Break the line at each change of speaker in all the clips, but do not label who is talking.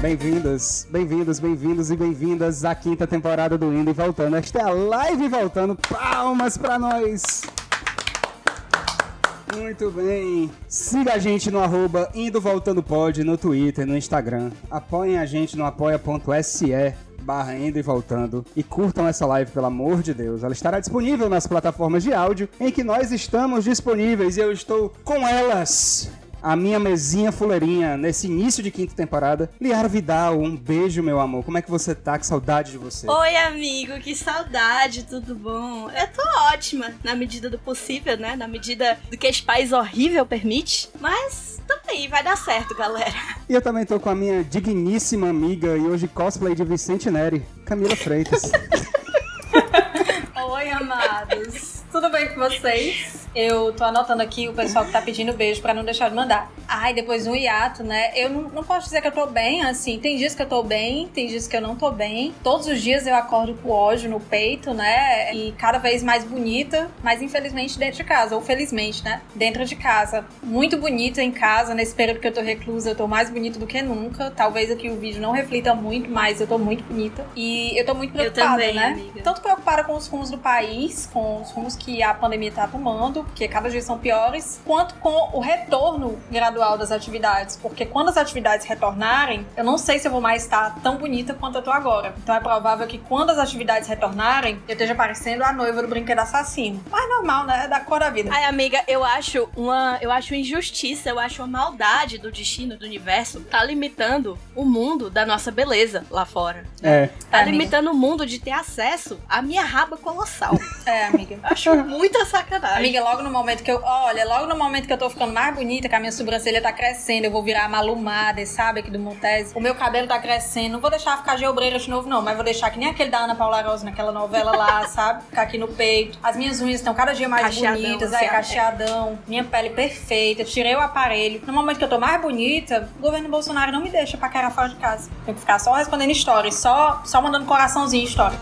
Bem-vindos, bem-vindos, bem-vindos e bem-vindas à quinta temporada do Indo e Voltando. Esta é a live voltando. Palmas pra nós! Muito bem. Siga a gente no arroba Indo Voltando Pod, no Twitter, no Instagram. Apoiem a gente no apoia.se barra Indo e Voltando e curtam essa live, pelo amor de Deus. Ela estará disponível nas plataformas de áudio em que nós estamos disponíveis e eu estou com elas. A minha mesinha fuleirinha nesse início de quinta temporada. Liara Vidal, um beijo, meu amor. Como é que você tá? Que saudade de você.
Oi, amigo, que saudade, tudo bom? Eu tô ótima, na medida do possível, né? Na medida do que esse país horrível permite. Mas também vai dar certo, galera.
E eu também tô com a minha digníssima amiga e hoje cosplay de Vicente Neri, Camila Freitas.
Oi, amados. Tudo bem com vocês? Eu tô anotando aqui o pessoal que tá pedindo beijo pra não deixar de mandar. Ai, depois um hiato, né? Eu não, não posso dizer que eu tô bem, assim. Tem dias que eu tô bem, tem dias que eu não tô bem. Todos os dias eu acordo com ódio no peito, né? E cada vez mais bonita, mas infelizmente dentro de casa, ou felizmente, né? Dentro de casa. Muito bonita em casa, nesse período que eu tô reclusa, eu tô mais bonita do que nunca. Talvez aqui o vídeo não reflita muito, mas eu tô muito bonita. E eu tô muito
Eu
preocupada,
também,
né?
amiga.
Tanto preocupada com os rumos do país, com os rumos que a pandemia tá tomando, porque cada dia são piores, quanto com o retorno gradual das atividades. Porque quando as atividades retornarem, eu não sei se eu vou mais estar tão bonita quanto eu tô agora. Então é provável que quando as atividades retornarem, eu esteja parecendo a noiva do brinquedo assassino. Mas normal, né? É da cor da vida.
Ai, amiga, eu acho uma. Eu acho injustiça, eu acho uma maldade do destino do universo. Tá limitando o mundo da nossa beleza lá fora.
é.
Tá
É, amiga.
limitando o mundo de ter acesso à minha raba colossal.
É, amiga.
acho muita sacanagem.
Amiga, logo no momento que eu. Olha, logo no momento que eu tô ficando mais bonita, que a minha sobrancelha tá crescendo, eu vou virar malumada, sabe, aqui do Montese. O meu cabelo tá crescendo. Não vou deixar ficar geobreira de novo, não, mas vou deixar que nem aquele da Ana Paula Rosa naquela novela lá, sabe? Ficar aqui no peito. As minhas unhas estão cada dia mais
Cacheadão,
bonitas,
assim,
é,
é.
cacheadão. Minha pele perfeita, tirei o aparelho. No momento que eu tô mais bonita, o governo Bolsonaro não me deixa pra cara fora de casa. Tenho que ficar só respondendo stories, só, só mandando coraçãozinho em story.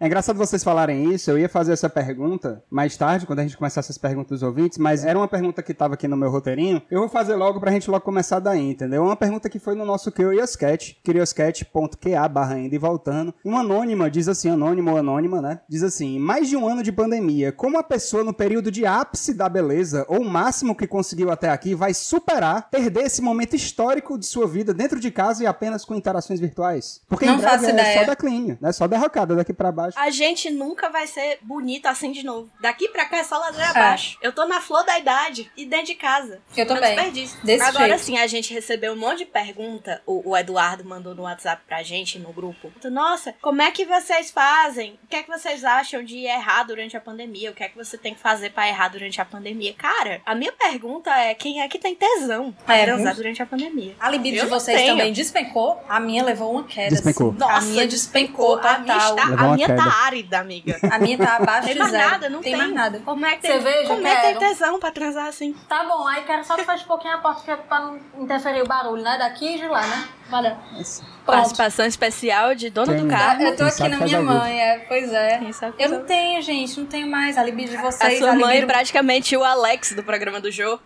É engraçado vocês falarem isso, eu ia fazer essa pergunta mais tarde, quando a gente começasse as perguntas dos ouvintes, mas era uma pergunta que tava aqui no meu roteirinho. Eu vou fazer logo pra gente logo começar daí, entendeu? É Uma pergunta que foi no nosso Curioscat, curioscat.ca barra indo e voltando. Uma anônima diz assim, anônimo ou anônima, né? Diz assim, mais de um ano de pandemia, como a pessoa no período de ápice da beleza, ou o máximo que conseguiu até aqui, vai superar, perder esse momento histórico de sua vida dentro de casa e apenas com interações virtuais? Porque em
Não
breve
faço
é
ideia.
só declínio, né? Só derrocada daqui pra baixo.
A gente nunca vai ser bonita assim de novo. Daqui pra cá é só ladeira abaixo. Eu tô na flor da idade e dentro de casa.
Eu
Não
também.
desperdício.
Desse
Agora
jeito.
sim, a gente recebeu um monte de pergunta. O, o Eduardo mandou no WhatsApp pra gente, no grupo. Nossa, como é que vocês fazem? O que é que vocês acham de errar durante a pandemia? O que é que você tem que fazer pra errar durante a pandemia? Cara, a minha pergunta é: quem é que tem tesão pra
É,
transar
viu?
durante a pandemia?
A libido
Eu
de
não
vocês
tenho.
também despencou. A minha levou uma queda.
Despencou.
assim. a
Nossa,
minha despencou
A minha,
total.
está,
Levou
a
uma
minha tá
queda.
árida, amiga.
A minha tá abaixo
Tem
de
mais
zero.
nada, não tem.
mais nada.
Como é que tem,
Cerveja,
como é que tem
quero.
tesão pra transar assim?
Tá bom, aí quero só que feche um pouquinho a porta pra não interferir o barulho, né? Daqui e de lá, né? Valeu. Pronto.
Participação especial de Dona
Tem.
do
Ah,
Carmo. Tá
Eu tô
Quem
aqui
sabe
na
faz
minha
ao
mãe, é, pois é.
Quem sabe
Eu
faz ao
não tenho, gente, não tenho mais. A libido de
A
vocês,
sua mãe é
libido...
praticamente o Alex do programa do Jô.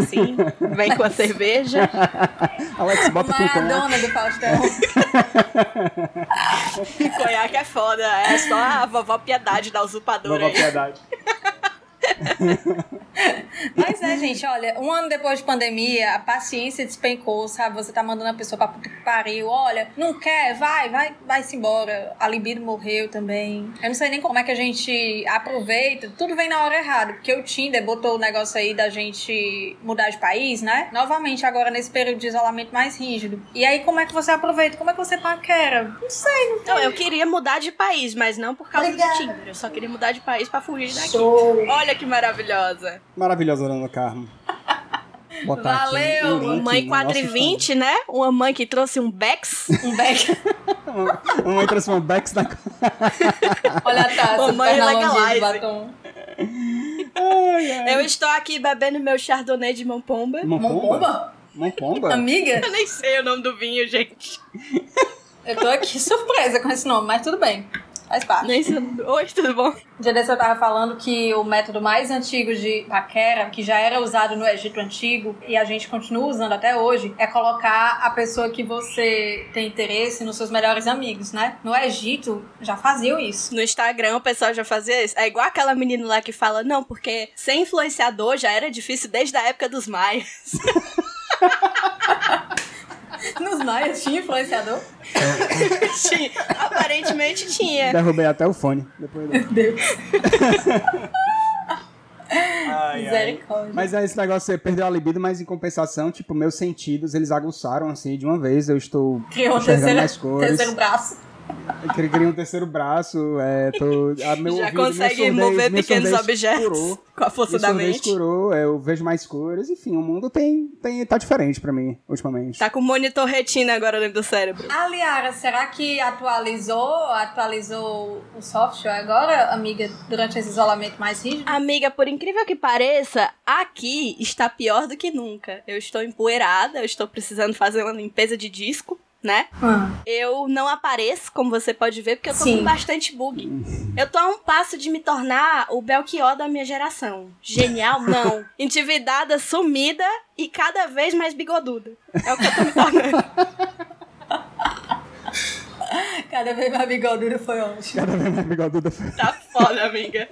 assim, vem com a cerveja.
Alex,
a
bota aqui o conhaque.
Maradona do Faustão.
E conhaque é foda. É só a vovó piedade da
Vovó
usurpadora aí.
Piedade.
Mas é, gente, olha, um ano depois de pandemia, a paciência despencou, sabe? Você tá mandando a pessoa pra puta que pariu, olha, não quer, vai, vai, vai-se embora. A libido morreu também. Eu não sei nem como é que a gente aproveita, tudo vem na hora errada, porque o Tinder botou o negócio aí da gente mudar de país, né? Novamente, agora nesse período de isolamento mais rígido. E aí, como é que você aproveita? Como é que você paquera? Não sei.
Não, Então, eu queria mudar de país, mas não por causa do
Obrigada.
Tinder. Eu só queria mudar de país pra fugir daqui.
Show.
Olha que maravilhosa.
Maravilhosa Ana Carmo. Botar aqui
Valeu,
um
Uma
link
mãe
no
4 e
nosso
20, né? Uma mãe que trouxe um Bex.
Um beck.
Instagram. Uma uma mãe transformou Bex na.
Olha a taça,
Mamãe
perna longe
legalize.
de batom.
É.
Eu estou aqui bebendo meu chardonnay de mão pomba.
Mão
Mambomba?
Pomba?
Amiga?
Eu nem sei o nome do vinho, gente.
Eu tô aqui surpresa com esse nome, mas tudo bem. Faz parte.
Nem se- Oi, tudo bom?
Um dia desse eu tava falando que o método mais antigo de paquera, que já era usado no Egito Antigo e a gente continua usando até hoje, é colocar a pessoa que você tem interesse nos seus melhores amigos, né? No Egito já faziam isso.
No Instagram o pessoal já fazia isso. É igual aquela menina lá que fala, não, porque ser influenciador já era difícil desde a época dos maias.
Nos maias tinha influenciador.
Tinha- Aparentemente tinha.
Derrubei até o fone. Depois eu- Ai, ai.
Misericórdia.
Mas é esse negócio, você perdeu a libido, mas em compensação, tipo, meus sentidos, eles aguçaram, assim, de uma vez. Eu estou
Criou um
enxergando
terceiro,
mais cores.
terceiro braço.
Eu cre- Criei um terceiro braço, é, tô, a meu
já
ouvido,
consegue
minha surdez-
mover
minha
pequenos
surdez
objetos
Curou,
com a força
minha
da
surdez
mente.
curou, é, eu vejo mais cores, enfim, o mundo tem, tem, tá diferente pra mim, ultimamente.
Tá com monitor retina agora dentro do cérebro.
A Liara, será que atualizou, atualizou o software agora, amiga, durante esse isolamento mais rígido?
Amiga, por incrível que pareça, aqui está pior do que nunca. Eu estou empoeirada, eu estou precisando fazer uma limpeza de disco, né? Eu não apareço, como você pode ver, porque eu tô
Sim.
com bastante bug. Eu tô a um passo de me tornar o Belchior da minha geração. Genial, não. Endividada, sumida e cada vez mais bigoduda. É o que eu tô me tornando.
Cada vez mais bigodura foi ótimo.
Cada vez mais bigoduda.
Tá foda, amiga.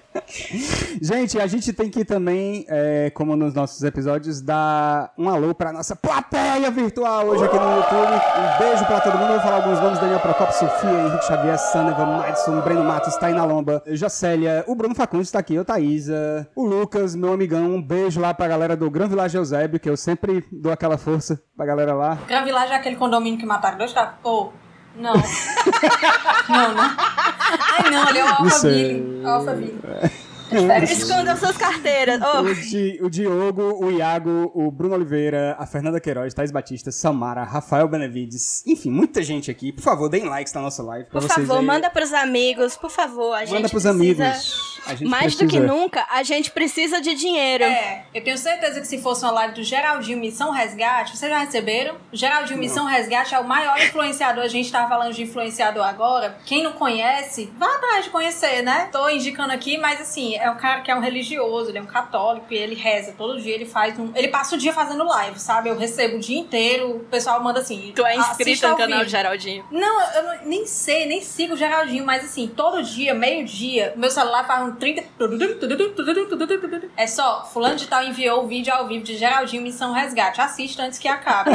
Gente, a gente tem que também, é, como nos nossos episódios, dar um alô pra nossa plateia virtual hoje aqui no YouTube. Um beijo pra todo mundo. Eu vou falar alguns nomes: Daniel Procopio, Sofia, Henrique Xavier, Sanevan, Madison, Breno Matos, Tainá Lomba, Jocélia, o Bruno Facundes tá aqui, o Thaísa, o Lucas, meu amigão. Um beijo lá pra galera do Gran Village Eusébio, que eu sempre dou aquela força pra galera lá.
Gran Village é aquele condomínio que mataram dois caras? Ou. Não. não, não. Ai, não, ali é o Alphaville.
sei.
Alphaville.
Escondam suas carteiras. Ô,
O, Di- o Diogo, o Iago, o Bruno Oliveira, a Fernanda Queiroz, Thais Batista, Samara, Rafael Benevides, enfim, muita gente aqui. Por favor, deem likes na nossa live. pra
por
vocês
favor,
aí.
manda pros amigos, por favor. A gente
Manda pros
precisa-
amigos. A gente
Mais do que
precisa.
nunca, a gente precisa de dinheiro.
É, eu tenho certeza que se fosse uma live do Geraldinho Missão Resgate, vocês já receberam? Geraldinho Missão Resgate é o maior influenciador, a gente tá falando de influenciador agora. Quem não conhece, vá atrás de conhecer, né? Tô indicando aqui, mas assim, é um cara que é um religioso, ele é um católico e ele reza todo dia, ele faz um... Ele passa o dia fazendo live, sabe? Eu recebo o dia inteiro, o pessoal manda assim...
Tu é
"Assista
inscrito no
ao
canal
vivo."
do Geraldinho.
Não, eu não- nem sei, nem sigo o Geraldinho, mas assim, todo dia, meio-dia, meu celular faz um 30. É só, fulano de tal enviou o vídeo ao vivo de Geraldinho Missão Resgate. Assista antes que acabe.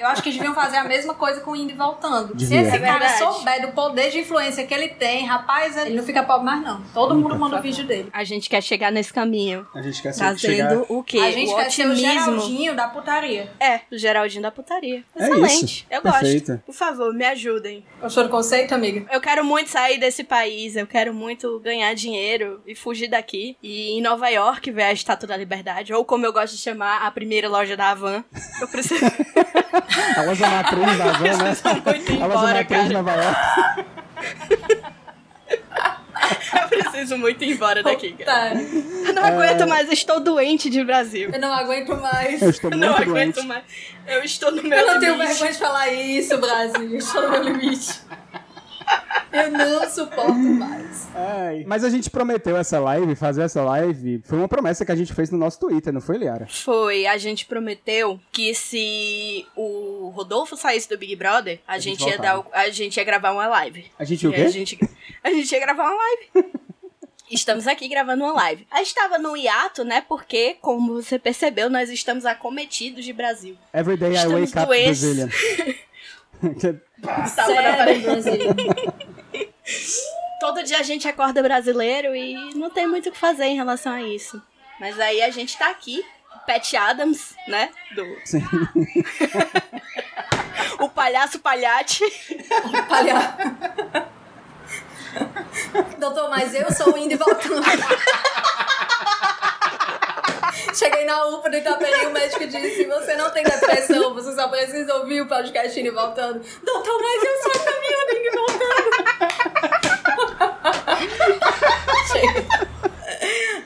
Eu acho que eles deviam fazer a mesma coisa com indo e voltando.
Devia.
Se esse
É
cara
verdade.
souber do poder de influência que ele tem, rapaz, ele não fica pobre mais, não. Todo mundo manda o vídeo dele.
A gente quer chegar nesse caminho.
A gente quer ser- chegar...
Trazendo o quê?
A gente
o
quer ser o
otimismo.
Geraldinho da putaria.
É, o Geraldinho da putaria.
É
Excelente.
isso.
Eu
Perfeito.
gosto. Por favor, me ajudem.
Gostou do conceito, amiga?
Eu quero muito sair desse país, eu quero muito ganhar dinheiro e fugir daqui. E em Nova York ver a Estátua da Liberdade, ou como eu gosto de chamar, a primeira loja da Havan. Eu preciso.
A loja matriz é da Zona, né?
Precisam muito ir
A loja
embora,
matriz
cara.
de Nova York.
Eu preciso muito ir embora daqui, cara.
Tá,
Eu não
É.
aguento mais, eu estou doente de Brasil.
eu não aguento mais.
Eu estou
Eu
muito
não
doente.
aguento mais. Eu estou no meu
Eu não tenho
limite.
vergonha de falar isso, Brasil. Eu estou no meu limite. Eu não suporto mais.
Ai. Mas a gente prometeu essa live, fazer essa live. Foi uma promessa que a gente fez no nosso Twitter, não foi, Liara?
Foi, a gente prometeu que se o Rodolfo saísse do Big Brother, a,
A gente
gente, ia dar, o- a gente ia gravar uma live.
A gente o
E aí
quê?
A gente, a gente ia gravar uma live. Estamos aqui gravando uma live. A gente estava no hiato, né? Porque, como você percebeu, nós estamos acometidos de Brasil.
Every day I
Estamos
wake up
doentes.
Brazilian. Que-
Tá,
Salva na parede.
Brasil.
Todo dia a gente acorda brasileiro e não tem muito o que fazer em relação a isso. Mas aí a gente tá aqui, Pat Adams, né? Do...
Sim.
o palhaço palhate.
Palha... Doutor, mas eu sou indo e voltando. Cheguei na UPA do Itaperi e o médico disse: Você não tem depressão, você só precisa ouvir o podcast indo e voltando. Doutor, mas eu só caminhando indo e voltando. Chega.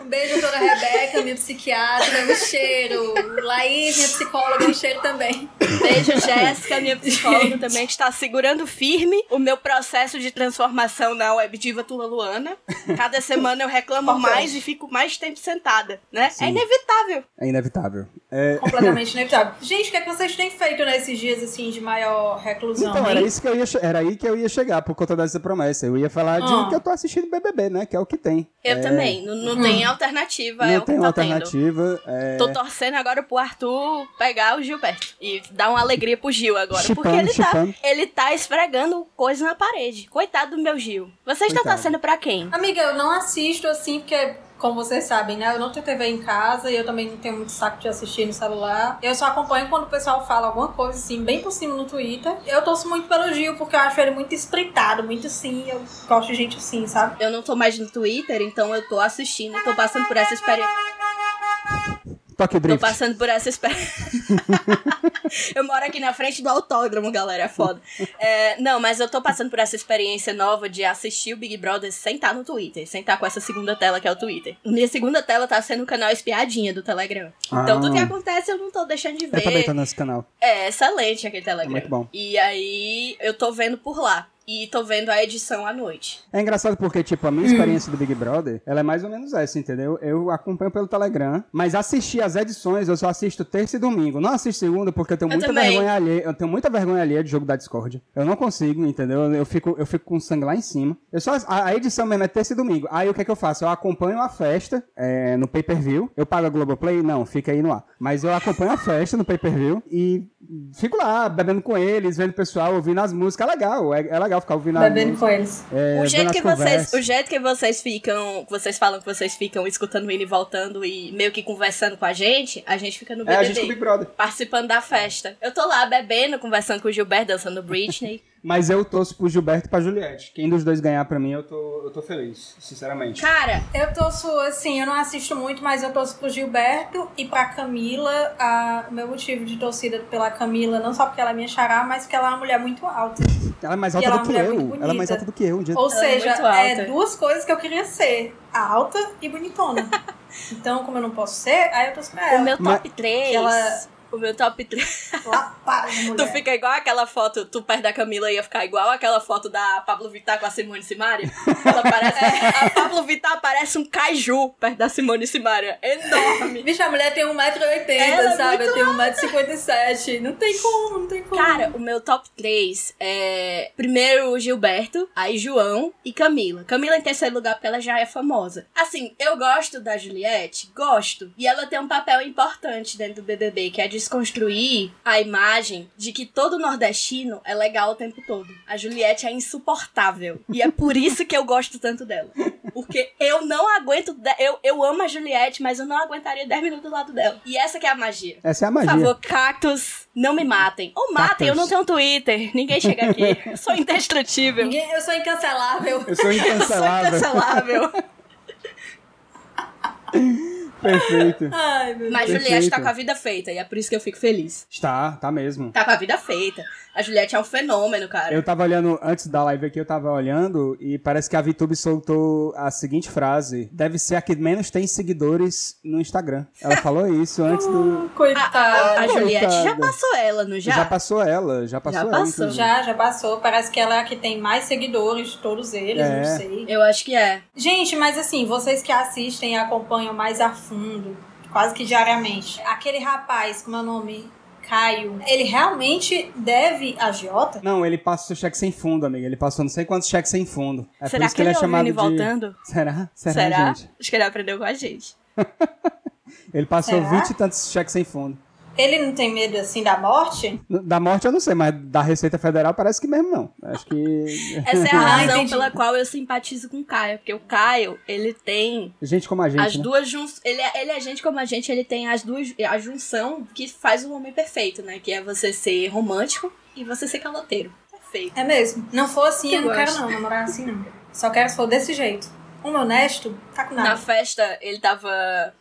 Um beijo, doutora Rebeca, minha psiquiatra, um cheiro. Laís, minha psicóloga, um cheiro também.
Beijo, Jéssica, minha psicóloga também, que está segurando firme o meu processo de transformação na webdiva Tula Luana. Cada semana eu reclamo mais e fico mais tempo sentada, né?
Sim.
É inevitável.
É inevitável. É,
Completamente inevitável. Gente, o que, é que vocês têm feito nesses dias assim de maior reclusão?
Então, era
hein?
isso que eu ia che- era aí que eu ia chegar por conta dessa promessa. Eu ia falar
Ah.
de que eu tô assistindo BBB, né? Que é o que tem.
Eu também. Não, não tem alternativa, é
Não
o que
tem
tá
alternativa.
tendo.
É...
Tô torcendo agora pro Arthur pegar o Gilberto. E dar uma alegria pro Gil agora. porque
Chipando,
ele tá,
chipando.
ele tá esfregando coisa na parede. Coitado do meu Gil. Vocês estão
Coitado.
torcendo pra quem?
Amiga, eu não assisto assim, porque, como vocês sabem, né? Eu não tenho TV em casa e eu também não tenho muito saco de assistir no celular. Eu só acompanho quando o pessoal fala alguma coisa, assim, bem por cima no Twitter. Eu torço muito pelo Gil, porque eu acho ele muito espreitado, muito assim. Eu gosto de gente assim, sabe?
Eu não tô mais no Twitter, então eu tô assistindo, tô passando por essa experiência.
Toque
Tô
drift.
passando por essa experiência. eu moro aqui na frente do autódromo, galera, é foda. É, não, mas eu tô passando por essa experiência nova de assistir o Big Brother sem estar no Twitter, sem estar com essa segunda tela que é o Twitter. Minha segunda tela tá sendo o canal espiadinha do Telegram. Então
Ah.
tudo que acontece eu não tô deixando de
Eu também
ver.
tô nesse tá canal.
É excelente aquele Telegram.
É muito bom.
E aí eu tô vendo por lá. E tô vendo a edição à noite.
É engraçado porque, tipo, a minha
Hum.
experiência do Big Brother, ela é mais ou menos essa, entendeu? Eu acompanho pelo Telegram, mas assistir as edições, eu só assisto terça e domingo. Não assisto segunda porque eu tenho
Eu
muita
também.
vergonha alheia. Eu tenho muita vergonha alheia de jogo da Discord. Eu não consigo, entendeu? Eu fico, eu fico com o sangue lá em cima. Eu só, a, a edição mesmo é terça e domingo. Aí o que é que eu faço? Eu acompanho a festa é, no pay-per-view. Eu pago a Globoplay? Não, fica aí no ar. Mas eu acompanho a festa no pay-per-view e fico lá, bebendo com eles, vendo o pessoal, ouvindo as músicas. É legal, é, é legal ficar ouvindo as
Bebendo
músicas.
com eles.
é,
o
vendo
jeito
as
que vocês,
conversas.
o jeito que vocês ficam, que vocês falam que vocês ficam escutando ele e voltando e meio que conversando com a gente, a gente fica no
É, a
BBB.
gente com o Big Brother.
Participando da festa. Eu tô lá bebendo, conversando com o Gilberto, dançando Britney.
Mas eu torço pro Gilberto e pra Juliette. Quem dos dois ganhar pra mim, eu tô, eu tô feliz, sinceramente.
Cara,
Eu torço, assim, eu não assisto muito, mas eu torço pro Gilberto e pra Camila. A- O meu motivo de torcida pela Camila, não só porque ela é minha xará, mas porque ela é uma mulher muito alta.
Ela é mais
E
alta
ela é
do
uma
que
mulher
eu.
muito
Ela é mais
bonita.
alta do que eu. um dia-
Ou
Ela é
seja,
muito alta.
é duas coisas que eu queria ser: alta e bonitona. então, como eu não posso ser, aí eu torço pra
o
ela.
meu
mas-
top 3.
É, Ela- É.
O meu top 3.
Lá para, mulher.
Tu fica igual aquela foto, tu perto da Camila ia ficar igual aquela foto da Pablo Vittar com a Simone Simaria. Ela parece, a Pablo Vittar parece um caju perto da Simone Simaria. Enorme.
Bicho, a mulher tem 1,80m,
Ela é
sabe? Eu tenho 1,57m. Não tem como, não tem como.
Cara, o meu top 3 é. Primeiro o Gilberto, aí João e Camila. Camila em terceiro lugar porque ela já é famosa. Assim, eu gosto da Juliette, gosto. E ela tem um papel importante dentro do BBB, que é desconstruir a imagem de que todo nordestino é legal o tempo todo. A Juliette é insuportável. E é por isso que eu gosto tanto dela. Porque eu não aguento. de- Eu, eu amo a Juliette, mas eu não aguentaria 10 minutos do lado dela. E essa que é a magia.
Essa é a
Por
magia.
favor, cactos, não me matem. Ou matem, eu não tenho Twitter. Ninguém chega aqui. Eu sou indestrutível.
Ninguém, eu sou incancelável.
Eu sou
Eu sou
incancelável.
incancelável.
Perfeito.
Ai, meu
Mas
Perfeito.
Juliette tá com a vida feita, e é por isso que eu fico feliz.
Está, tá mesmo.
Tá com a vida feita. A Juliette é um fenômeno, cara.
Eu tava olhando, antes da live aqui, eu tava olhando e parece que a VTube soltou a seguinte frase: Deve ser a que menos tem seguidores no Instagram. Ela falou isso antes do.
Deus. Coitada.
A Juliette já
coitada.
passou ela, não já?
passou ela, já passou ela.
passou.
inclusive.
Já, já passou. Parece que ela é a que tem mais seguidores de todos eles,
É.
não sei.
Eu acho que é.
Gente, mas assim, vocês que assistem e acompanham mais a fundo, quase que diariamente. Aquele rapaz, como é o nome? Caio. Ele realmente deve a Jota?
Não, ele passa o cheque sem fundo, amiga. Ele passou não sei quantos cheques sem fundo. É por
Será
isso que ele é
ouvindo
chamado
e
de.
voltando?
Será? Será,
Será?
gente?
Acho que ele aprendeu com a gente.
Ele passou
Será?
20 e tantos cheques sem fundo.
Ele não tem medo assim da morte?
Da morte eu não sei, mas da Receita Federal parece que mesmo não. Acho que.
Essa é a
Ah,
razão
entendi.
pela qual eu simpatizo com o Caio. Porque o Caio, ele tem
Gente como a gente.
As
né?
duas junções. Ele, é- ele é gente como a gente, ele tem as duas. A junção que faz o homem perfeito, né? Que é você ser romântico e você ser caloteiro. Perfeito.
É mesmo. Não for assim,
Eu
eu não
gosto.
quero não, namorar assim não. Só quero se for desse jeito. Um honesto, tá com
Na
nada.
festa, ele tava.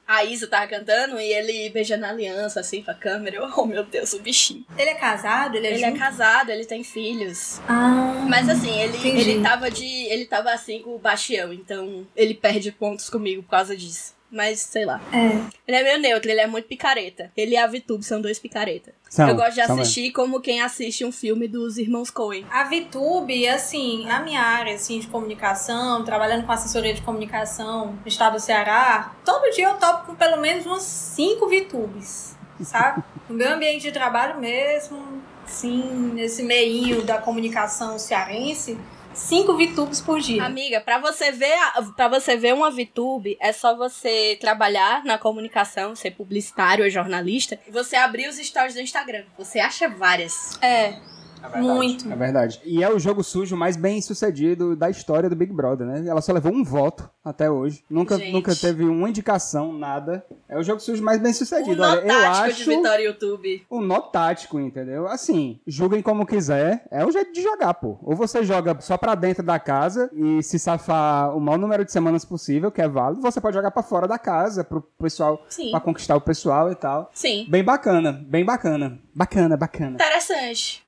A Isa tava cantando e ele beijando a aliança, assim, pra câmera. Eu, Oh, meu Deus, o bichinho.
Ele é casado, ele é
Ele é
junto.
casado, ele tem filhos.
Ah,
Mas assim, ele,
Entendi.
ele tava de. Ele tava assim com o Bastião, então ele perde pontos comigo por causa disso. Mas sei lá.
É.
Ele é meio neutro, ele é muito picareta. Ele e a VTube são dois picareta.
São,
eu gosto de
são mesmo.
assistir como quem assiste um filme dos irmãos Coen.
A VTube, assim, na minha área assim, de comunicação, trabalhando com assessoria de comunicação no estado do Ceará, todo dia eu topo com pelo menos umas cinco VTubes, sabe? no meu ambiente de trabalho mesmo, sim, nesse meio da comunicação cearense, cinco VTubes por dia.
Amiga, pra você ver para você ver uma VTube, é só você trabalhar na comunicação, ser publicitário ou jornalista, e você abrir os stories do Instagram. Você acha várias.
É,
É
muito.
É verdade. E é o jogo sujo mais bem sucedido da história do Big Brother, né? Ela só levou um voto até hoje. Nunca,
Gente.
nunca teve uma indicação, nada. É o jogo sujo mais bem
O
sucedido.
nó
Olha, eu
tático de
acho
Vitória YouTube.
o nó tático, entendeu? Assim, julguem como quiser. É o jeito de jogar, pô. Ou você joga só pra dentro da casa e se safar o maior número de semanas possível, que é válido. Você pode jogar pra fora da casa, pro pessoal,
Sim.
pra conquistar o pessoal e tal.
Sim.
Bem bacana, bem bacana. Bacana, bacana.
Interessante.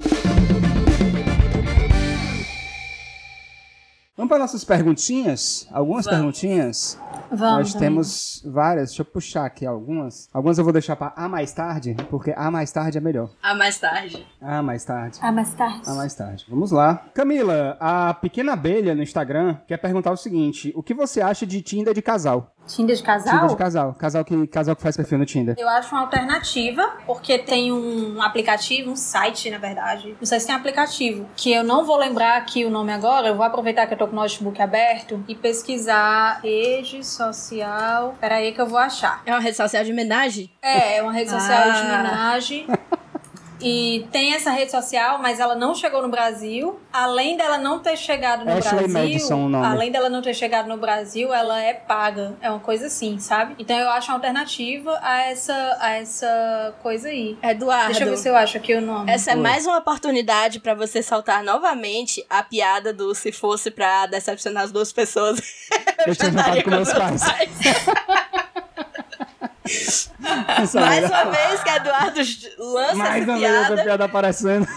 Vamos para nossas perguntinhas? Algumas
Vamos.
perguntinhas?
Vamos.
Nós temos várias, deixa eu puxar aqui algumas. Algumas eu vou deixar pra a mais tarde, porque a mais tarde é melhor.
A mais tarde.
A mais tarde.
Ah, mais tarde.
A mais tarde. Vamos lá. Camila, a pequena abelha no Instagram quer perguntar o seguinte: o que você acha de Tinder de casal?
Tinder de
Tinder
casal?
de casal. Casal que, casal que faz perfil no Tinder.
Eu acho uma alternativa, porque tem um aplicativo, um site, na verdade. Não sei se tem aplicativo. Que eu não vou lembrar aqui o nome agora. Eu vou aproveitar que eu tô com o notebook aberto e pesquisar rede social. Pera aí que eu vou achar.
É uma rede social de homenagem?
É, é uma rede social de
Ah.
homenagem. E tem essa rede social, mas ela não chegou no Brasil. Além dela não ter chegado no
Ashley
Brasil,
Madison o nome.
além dela não ter chegado no Brasil, ela é paga. É uma coisa assim, sabe? Então eu acho uma alternativa a essa, a essa coisa aí.
Eduardo.
Deixa eu ver se eu acho aqui o nome.
Essa é
Oi.
mais uma oportunidade pra você saltar novamente a piada do se fosse pra decepcionar as duas pessoas.
Eu tinha jantado
jantaria
com meus pais. Essa
Mais
era-
uma vez que Eduardo j- lança
mais
essa
uma vez essa
piada,
piada aparecendo.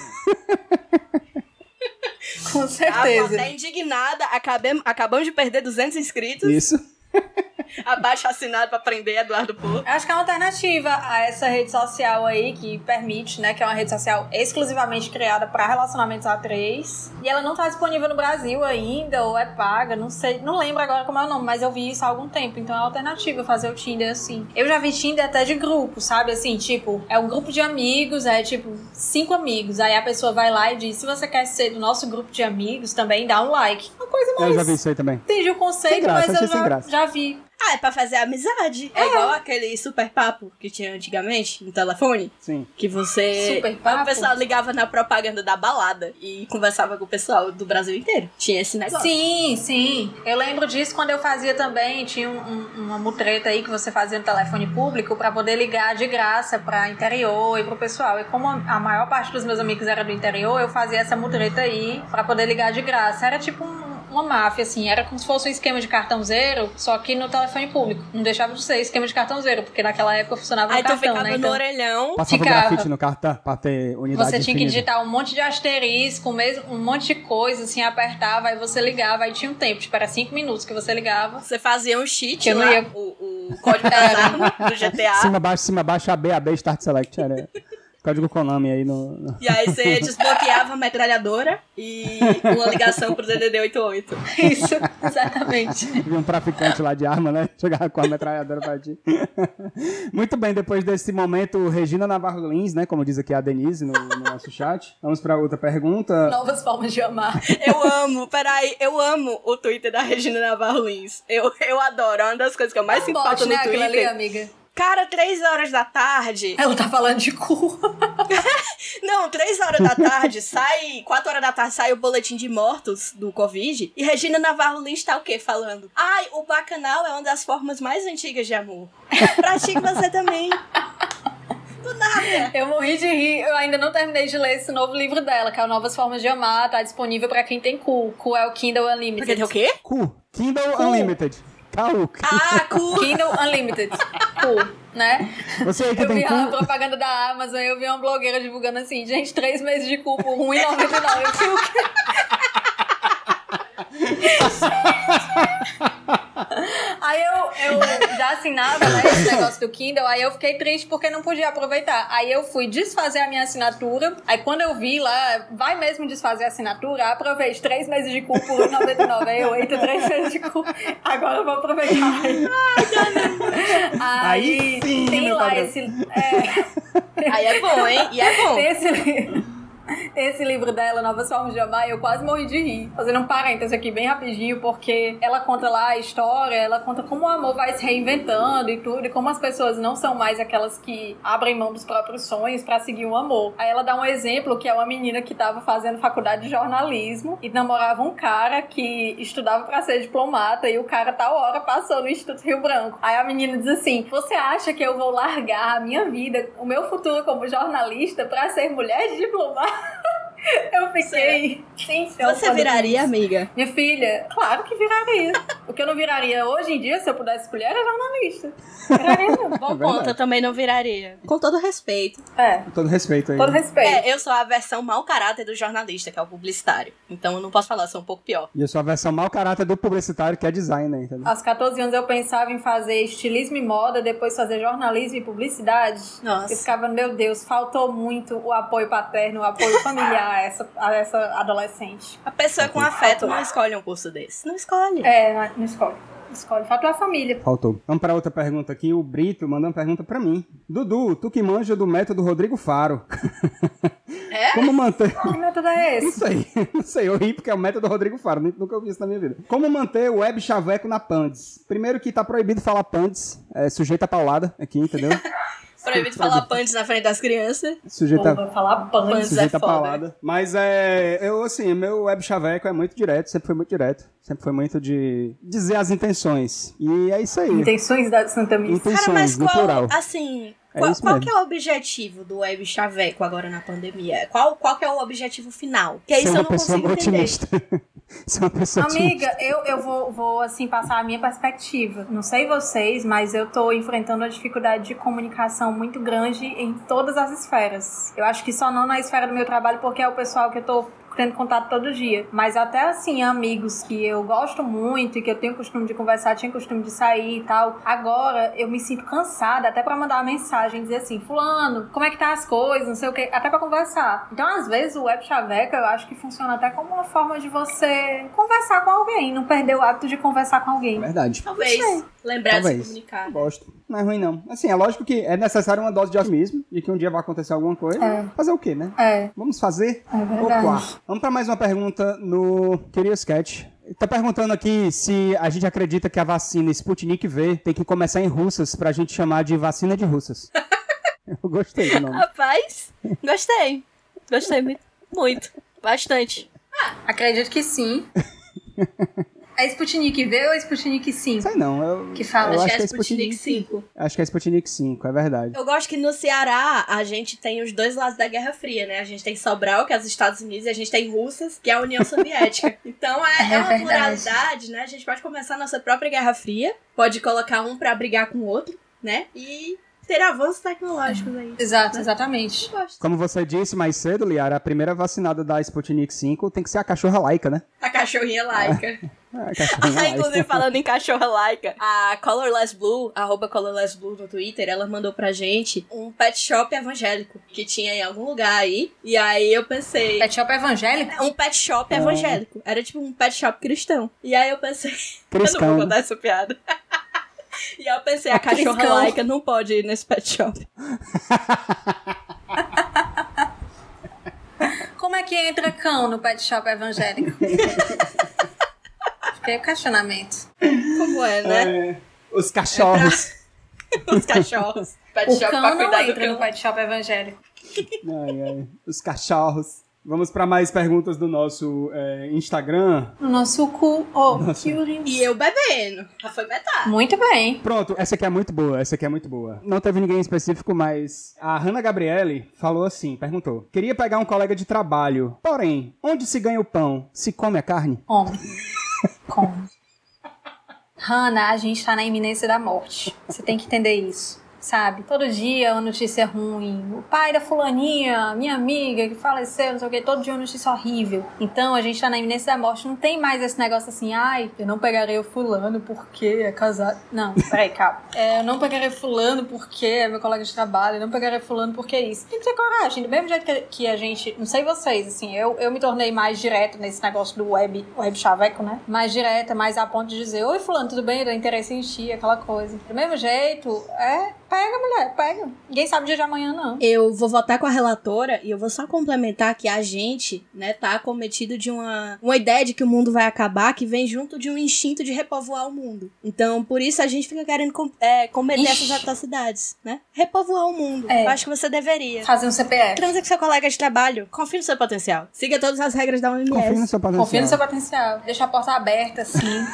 Com
a
certeza.
plateia Tá indignada, acabem, acabamos de perder 200 inscritos,
Isso.
abaixo assinado pra prender Eduardo Porto.
Acho que é uma alternativa a essa rede social aí que permite, né? Que é uma rede social exclusivamente criada para relacionamentos a três. E ela não tá disponível no Brasil ainda, ou é paga, não sei. Não lembro agora como é o nome, mas eu vi isso há algum tempo. Então é uma alternativa fazer o Tinder assim. Eu já vi Tinder até de grupo, sabe? Assim, tipo, é um grupo de amigos, é tipo cinco amigos. Aí a pessoa vai lá e diz: se você quer ser do nosso grupo de amigos, também dá um like. Uma coisa mais.
Eu já vi isso aí também.
Entendi o conceito,
Sem graça,
mas
achei
eu
sem
já,
graça.
já vi.
Ah, é pra fazer amizade. É, igual aquele super papo que tinha antigamente no telefone,
Sim.
que você...
Super papo.
O pessoal ligava na propaganda da balada e conversava com o pessoal do Brasil inteiro. Tinha esse negócio.
Sim, sim. Eu lembro disso quando eu fazia também. Tinha um- um- uma mutreta aí que você fazia no telefone público pra poder ligar de graça pra interior e pro pessoal. E como a a maior parte dos meus amigos era do interior, eu fazia essa mutreta aí pra poder ligar de graça. Era tipo um- uma máfia, assim, era como se fosse um esquema de cartãozeiro, só que no telefone público. Não deixava de ser esquema de cartãozeiro, porque naquela época funcionava
Aí
no
tu
cartão,
ficava
né?
no
Então,
orelhão.
Passava o
Ficava.
grafite no cartão pra ter unidade
você tinha que
definida.
digitar um monte de asterisco, mesmo, um monte de coisa, assim, apertava, aí você ligava, aí tinha um tempo, tipo, era cinco minutos que você ligava.
Você fazia um cheat
Que eu não
lá,
ia-
o, o código das armas do GTA.
Cima, baixo, cima, baixo, AB, AB, Start Select. Era código Konami aí no... no-
E aí você desbloqueava a metralhadora e uma ligação pro DDD 88.
Isso, exatamente.
Vi um traficante lá de arma, né? Chegava com a metralhadora pra ti. Muito bem, depois desse momento, Regina Navarro Lins, né? Como diz aqui a Denise no, no nosso chat. Vamos pra outra pergunta.
Novas formas de amar.
Eu amo, peraí, eu amo o Twitter da Regina Navarro Lins. Eu, eu adoro, é uma das coisas que eu mais sinto falta
Bot,
no
né, aquilo ali,
Twitter.
amiga?
Cara, três horas da tarde.
Ela tá falando de cu.
Não, três horas da tarde sai. Quatro horas da tarde sai o boletim de mortos do Covid. E Regina Navarro Lins tá o quê? Falando. Ai, o bacanal é uma das formas mais antigas de amor. É Pratique você também. Do nada.
Eu morri de rir. Eu ainda não terminei de ler esse novo livro dela, que é o Novas Formas de Amar. Tá disponível pra quem tem cu. Cu é o Kindle
Porque tem o
Unlimited.
quê?
Cu. Kindle Unlimited. Caú.
Ah, cu.
Kindle Unlimited. cu, né?
Você aí que
Eu
tem
vi ah, a
cu.
propaganda da Amazon, eu vi uma blogueira divulgando assim, gente, três meses de cu por R$1,99. Eu fiquei, o quê? Aí eu, eu já assim, assinava, né, esse negócio do Kindle, aí eu fiquei triste porque não podia aproveitar. Aí eu fui desfazer a minha assinatura, aí quando eu vi lá, vai mesmo desfazer a assinatura, aproveite três meses de curso por 1,99, aí eu, eita, três meses de curso, agora eu vou aproveitar.
Aí sim,
tem
meu
lá
padrão.
esse... é.
Aí é bom, hein? E é bom.
Tem esse, li- tem esse livro dela, Novas Formas de Amar, e eu quase morri de rir. Fazendo um parênteses aqui bem rapidinho, porque ela conta lá a história, ela conta como o amor vai se reinventando e tudo, e como as pessoas não são mais aquelas que abrem mão dos próprios sonhos pra seguir um amor. Aí ela dá um exemplo que é uma menina que tava fazendo faculdade de jornalismo e namorava um cara que estudava pra ser diplomata, e o cara tal hora passou no Instituto Rio Branco. Aí a menina diz assim: Você acha que eu vou largar a minha vida, o meu futuro como jornalista, pra ser mulher de diplomata? Eu fiquei. Sim,
Então,
Você viraria amiga.
Minha filha, claro que viraria. o que eu não viraria hoje em dia, se eu pudesse escolher, era jornalista. Viraria não.
Bom
É verdade.
ponto, eu também não viraria.
Com todo respeito.
É,
Com todo respeito aí.
todo respeito.
É, eu sou a versão mau caráter do jornalista, que é o publicitário. Então eu não posso falar, eu sou um pouco pior.
E eu sou a versão mau caráter do publicitário, que é designer, entendeu?
Aos 14 anos eu pensava em fazer estilismo e moda, depois fazer jornalismo e publicidade. Eu
Nossa.
ficava, meu Deus, faltou muito o apoio paterno, o apoio familiar a essa, a essa adolescente.
A pessoa com afeto não escolhe um curso desse. Não escolhe.
É, não escolhe. Não escolhe. Faltou é a família.
Faltou. Vamos pra outra pergunta aqui. O Brito mandou uma pergunta pra mim. Dudu, tu que manja do método Rodrigo Faro.
É?
Como manter...
Que método é esse?
Isso aí. Não sei, eu ri porque é o método Rodrigo Faro. nem- Nunca ouvi isso na minha vida. Como manter o web chaveco na Pandes? Primeiro que tá proibido falar Pandes. É sujeito a paulada aqui, entendeu?
Proibido falar punch na frente das crianças.
Sujeito
Não
a...
vou falar pano.
Pans.
Sujeito
é
a
foda.
paulada. Mas é. Eu, assim, meu web chaveco é muito direto, sempre foi muito direto. Sempre foi muito de dizer as intenções. E é isso aí.
Intenções da Santa Missa.
Intenções,
Cara, mas
no
qual,
plural.
assim,
É
qual,
isso
qual
mesmo.
que é o objetivo do web chaveco agora na pandemia? Qual, qual que é o objetivo final? Que é
ser
isso eu
uma
não
pessoa
consigo entender.
otimista. ser uma pessoa otimista.
Amiga, eu, eu vou, vou, assim, passar a minha perspectiva. Não sei vocês, mas eu tô enfrentando uma dificuldade de comunicação muito grande em todas as esferas. Eu acho que só não na esfera do meu trabalho, porque é o pessoal que eu tô tendo contato todo dia. Mas até, assim, amigos que eu gosto muito e que eu tenho costume de conversar, tinha costume de sair e tal. Agora, eu me sinto cansada até pra mandar uma mensagem, dizer assim, fulano, como é que tá as coisas, não sei o quê. Até pra conversar. Então, às vezes, o web chaveca, eu acho que funciona até como uma forma de você conversar com alguém. Não perder o hábito de conversar com alguém.
É Verdade.
Talvez. Lembrar de
Talvez.
se comunicar.
Eu Gosto. Não é ruim, não. Assim, é lógico que é necessário uma dose de otimismo, de que um dia vai acontecer alguma coisa.
É.
Fazer o quê, né?
É,
Vamos fazer?
é verdade.
Opa. Vamos pra mais uma pergunta no Queria Sketch. Tá perguntando aqui se a gente acredita que a vacina Sputnik V tem que começar em russas pra gente chamar de vacina de russas. Eu gostei do nome.
Rapaz, gostei. Gostei muito. muito. Bastante.
Acredito que sim. É Sputnik V ou Sputnik sim?
Sei não, eu,
Que fala,
eu
Acho
acho
que é
Sputnik
Sputnik 5.
Acho que é Sputnik 5, é verdade.
Eu gosto que no Ceará a gente tem os dois lados da Guerra Fria, né? A gente tem Sobral, que é os Estados Unidos, e a gente tem Russas, que é a União Soviética. Então é,
É
é uma
verdade.
pluralidade, né? A gente pode começar a nossa própria Guerra Fria, pode colocar um pra brigar com o outro, né? E ter avanços tecnológicos aí.
Exato, exatamente.
Eu gosto.
Como você disse mais cedo, Liara, a primeira vacinada da Sputnik 5 tem que ser a cachorra laica, né?
A cachorrinha laica.
É, a cachorrinha
Ah,
laica.
inclusive, falando em cachorra laica, a Colorless Blue, arroba Colorless Blue no Twitter, ela mandou pra gente um pet shop evangélico que tinha em algum lugar aí. E aí eu pensei.
Pet Shop Evangélico?
Um pet shop
Ah.
evangélico. Era tipo um pet shop cristão. E aí eu pensei. Eu não
Cristão. É
vou contar essa piada. E aí eu pensei, a cachorra
Cristão.
laica não pode ir nesse pet shop.
Como é que entra cão no Pet Shop Evangélico? Fiquei o questionamento.
Como é, né?
É, os cachorros.
Os cachorros. Pet
O
shop
cão
pra
não
cuidar do
entra no
cão.
Pet Shop Evangélico.
Ai, ai, Os cachorros. Vamos para mais perguntas do nosso é, Instagram.
No nosso cu. Oh, que horrível.
E eu bebendo. Já foi metade.
Muito bem.
Pronto, essa aqui é muito boa, essa aqui é muito boa. Não teve ninguém em específico, mas a Hanna Gabriele falou assim, perguntou. Queria pegar um colega de trabalho, porém, onde se ganha o pão? Se come a carne?
Como? Como? Hannah, a gente tá na iminência da morte. Você tem que entender isso. sabe? Todo dia uma notícia ruim. O pai da fulaninha, minha amiga que faleceu, não sei o que, todo dia uma notícia horrível. Então a gente tá na iminência da morte, não tem mais esse negócio assim, ai, eu não pegarei o fulano porque é casado. Não, peraí, calma. É, eu não pegarei fulano porque é meu colega de trabalho, eu não pegarei fulano porque é isso. Tem que ter coragem, do mesmo jeito que- que a gente, não sei vocês, assim, eu, eu me tornei mais direto nesse negócio do web, web chaveco, né? Mais direta, mais a ponto de dizer, oi fulano, tudo bem? Eu dou interesse em ti, aquela coisa. Do mesmo jeito, é, pega mulher, pega. Ninguém sabe o dia de amanhã, não.
Eu vou votar com a relatora e eu vou só complementar que a gente, né, tá acometido de uma, uma ideia de que o mundo vai acabar que vem junto de um instinto de repovoar o mundo. Então, por isso a gente fica querendo com- é, cometer
Ixi.
essas atrocidades, né? Repovoar o mundo.
É.
Eu acho que você deveria.
Fazer um CPF.
Transa com seu colega de trabalho. Confie no seu potencial. Siga todas as regras da OMS.
Confia no seu potencial.
Confia no seu potencial. Deixa a porta aberta, assim.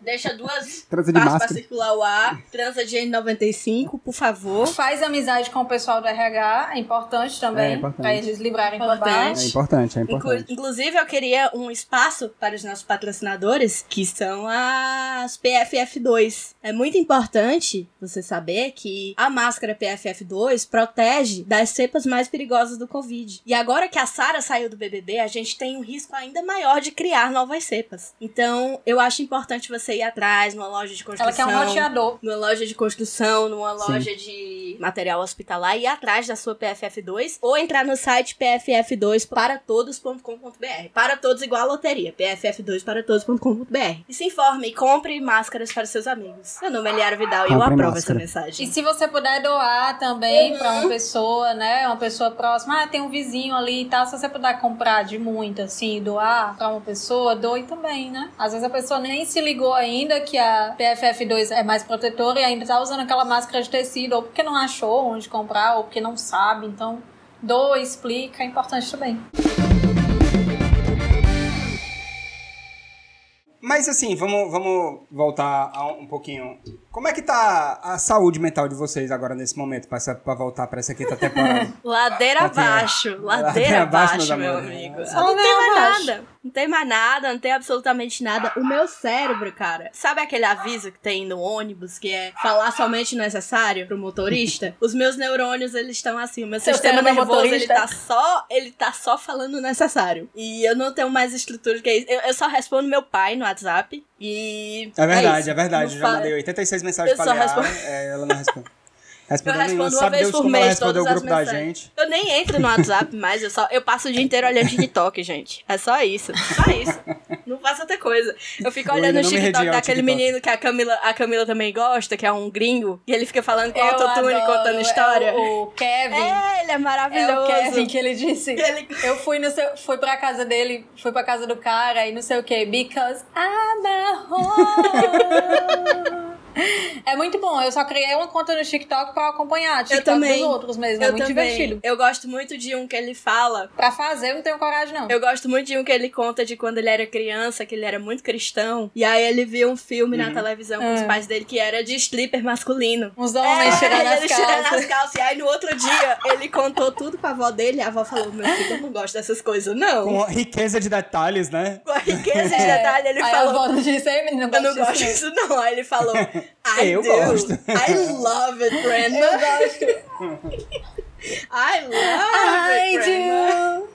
Deixa duas
Transa de
partes pra
máscara.
circular o ar.
Transa de N95, por favor.
Faz amizade com o pessoal do RH, é importante também.
É importante.
Pra eles livrarem por
Importante.
É
baixo.
importante, é
Inclu-
importante.
Inclusive, eu queria um espaço para os nossos patrocinadores, que são as PFF2.
É muito importante você saber que a máscara PFF2 protege das cepas mais perigosas do Covid. E agora que a Sara saiu do BBB, a gente tem um risco ainda maior de criar novas cepas. Então, eu acho importante você ir atrás numa loja de
Ela
construção.
quer um roteador.
numa loja de construção, numa
Sim.
loja de material hospitalar e ir atrás da sua PFF2 ou entrar no site pff2paratodos.com.br. Para todos igual a loteria, pff2paratodos.com.br. E se informe e compre máscaras para seus amigos. Meu nome é Liara Vidal e eu
Compre
aprovo
máscara.
essa
E
mensagem.
se você puder doar também pra uma pessoa, né? Uma pessoa próxima. Ah, tem um vizinho ali e tal. Se você puder comprar de muito, assim, doar pra uma pessoa, doe também, né? Às vezes a pessoa nem se ligou ainda que a PFF2 é mais protetora e ainda tá usando aquela máscara de tecido, ou porque não achou onde comprar, ou porque não sabe. Então, doa, explica. É importante também.
Mas assim, vamos, vamos voltar a um um pouquinho. Como é que tá a saúde mental de vocês agora nesse momento, pra, essa- pra voltar pra essa quinta temporada?
Ladeira
Ladeira.
abaixo, ladeira,
Ladeira abaixo,
abaixo,
meus
meu
amores.
amigo.
Só
não
ladeira
tem mais
é abaixo.
nada. Não tem mais nada, não tem absolutamente nada. O meu cérebro, cara, sabe aquele aviso que tem no ônibus que é falar somente o necessário pro motorista? Os meus neurônios, eles estão assim, o meu
Seu
sistema
cérebro é
nervoso, ele
motorista?
tá só, ele tá só falando o necessário. E eu não tenho mais estrutura que isso. Eu, eu só respondo meu pai no WhatsApp e
É verdade,
isso.
é, verdade. Eu já
Não fa-
mandei 86 mensagens
Eu
pra
só
Liara,
respondo-
é, ela não responde. Respondeu
Eu respondo
nenhuma,
uma
um sabe
vez
Deus
por
como ela
mês
respondeu o
todas
grupo
as
da
mensagens.
gente.
Eu nem entro no WhatsApp mais, eu só eu passo o dia inteiro olhando TikTok, gente. É só isso, só isso. Não faço outra coisa. Eu fico
Eu
olhando
ainda
o
não me redi
TikTok
ao
daquele
TikTok.
menino que a Camila, a Camila também gosta, que é um gringo, e ele fica falando com
Eu
autotune,
adoro,
contando história.
é o, o Kevin.
É, ele é
É o
maravilhoso.
Kevin que ele disse.
Ele-
Eu fui no seu, fui pra casa dele, fui pra casa do cara e não sei o que, because I'm a whore. É muito bom, eu só criei uma conta no TikTok pra acompanhar TikTok
também.
dos outros mesmo, é
eu
muito
também.
divertido.
Eu gosto muito de um que ele fala
Pra fazer, eu não tenho coragem não.
Eu gosto muito de um que ele conta de quando ele era criança, que ele era muito cristão. E aí ele viu um filme na televisão com os
É.
pais dele que era de stripper masculino. É,
Uns homens tirando
ele
as
tirando
calças.
as calças. E aí no outro dia ele contou tudo pra avó dele. E a avó falou: Meu filho, eu não gosto dessas coisas, não.
Com riqueza de detalhes, né?
Com a riqueza de
É.
detalhe, ele
Aí
falou.
a avó disse, ei menino,
Eu não
disso,
gosto disso, não. Aí ele falou: I
Eu
do.
gosto.
I love it,
não." Eu
Brandon.
gosto.
I love
I
it. Brandon.
do.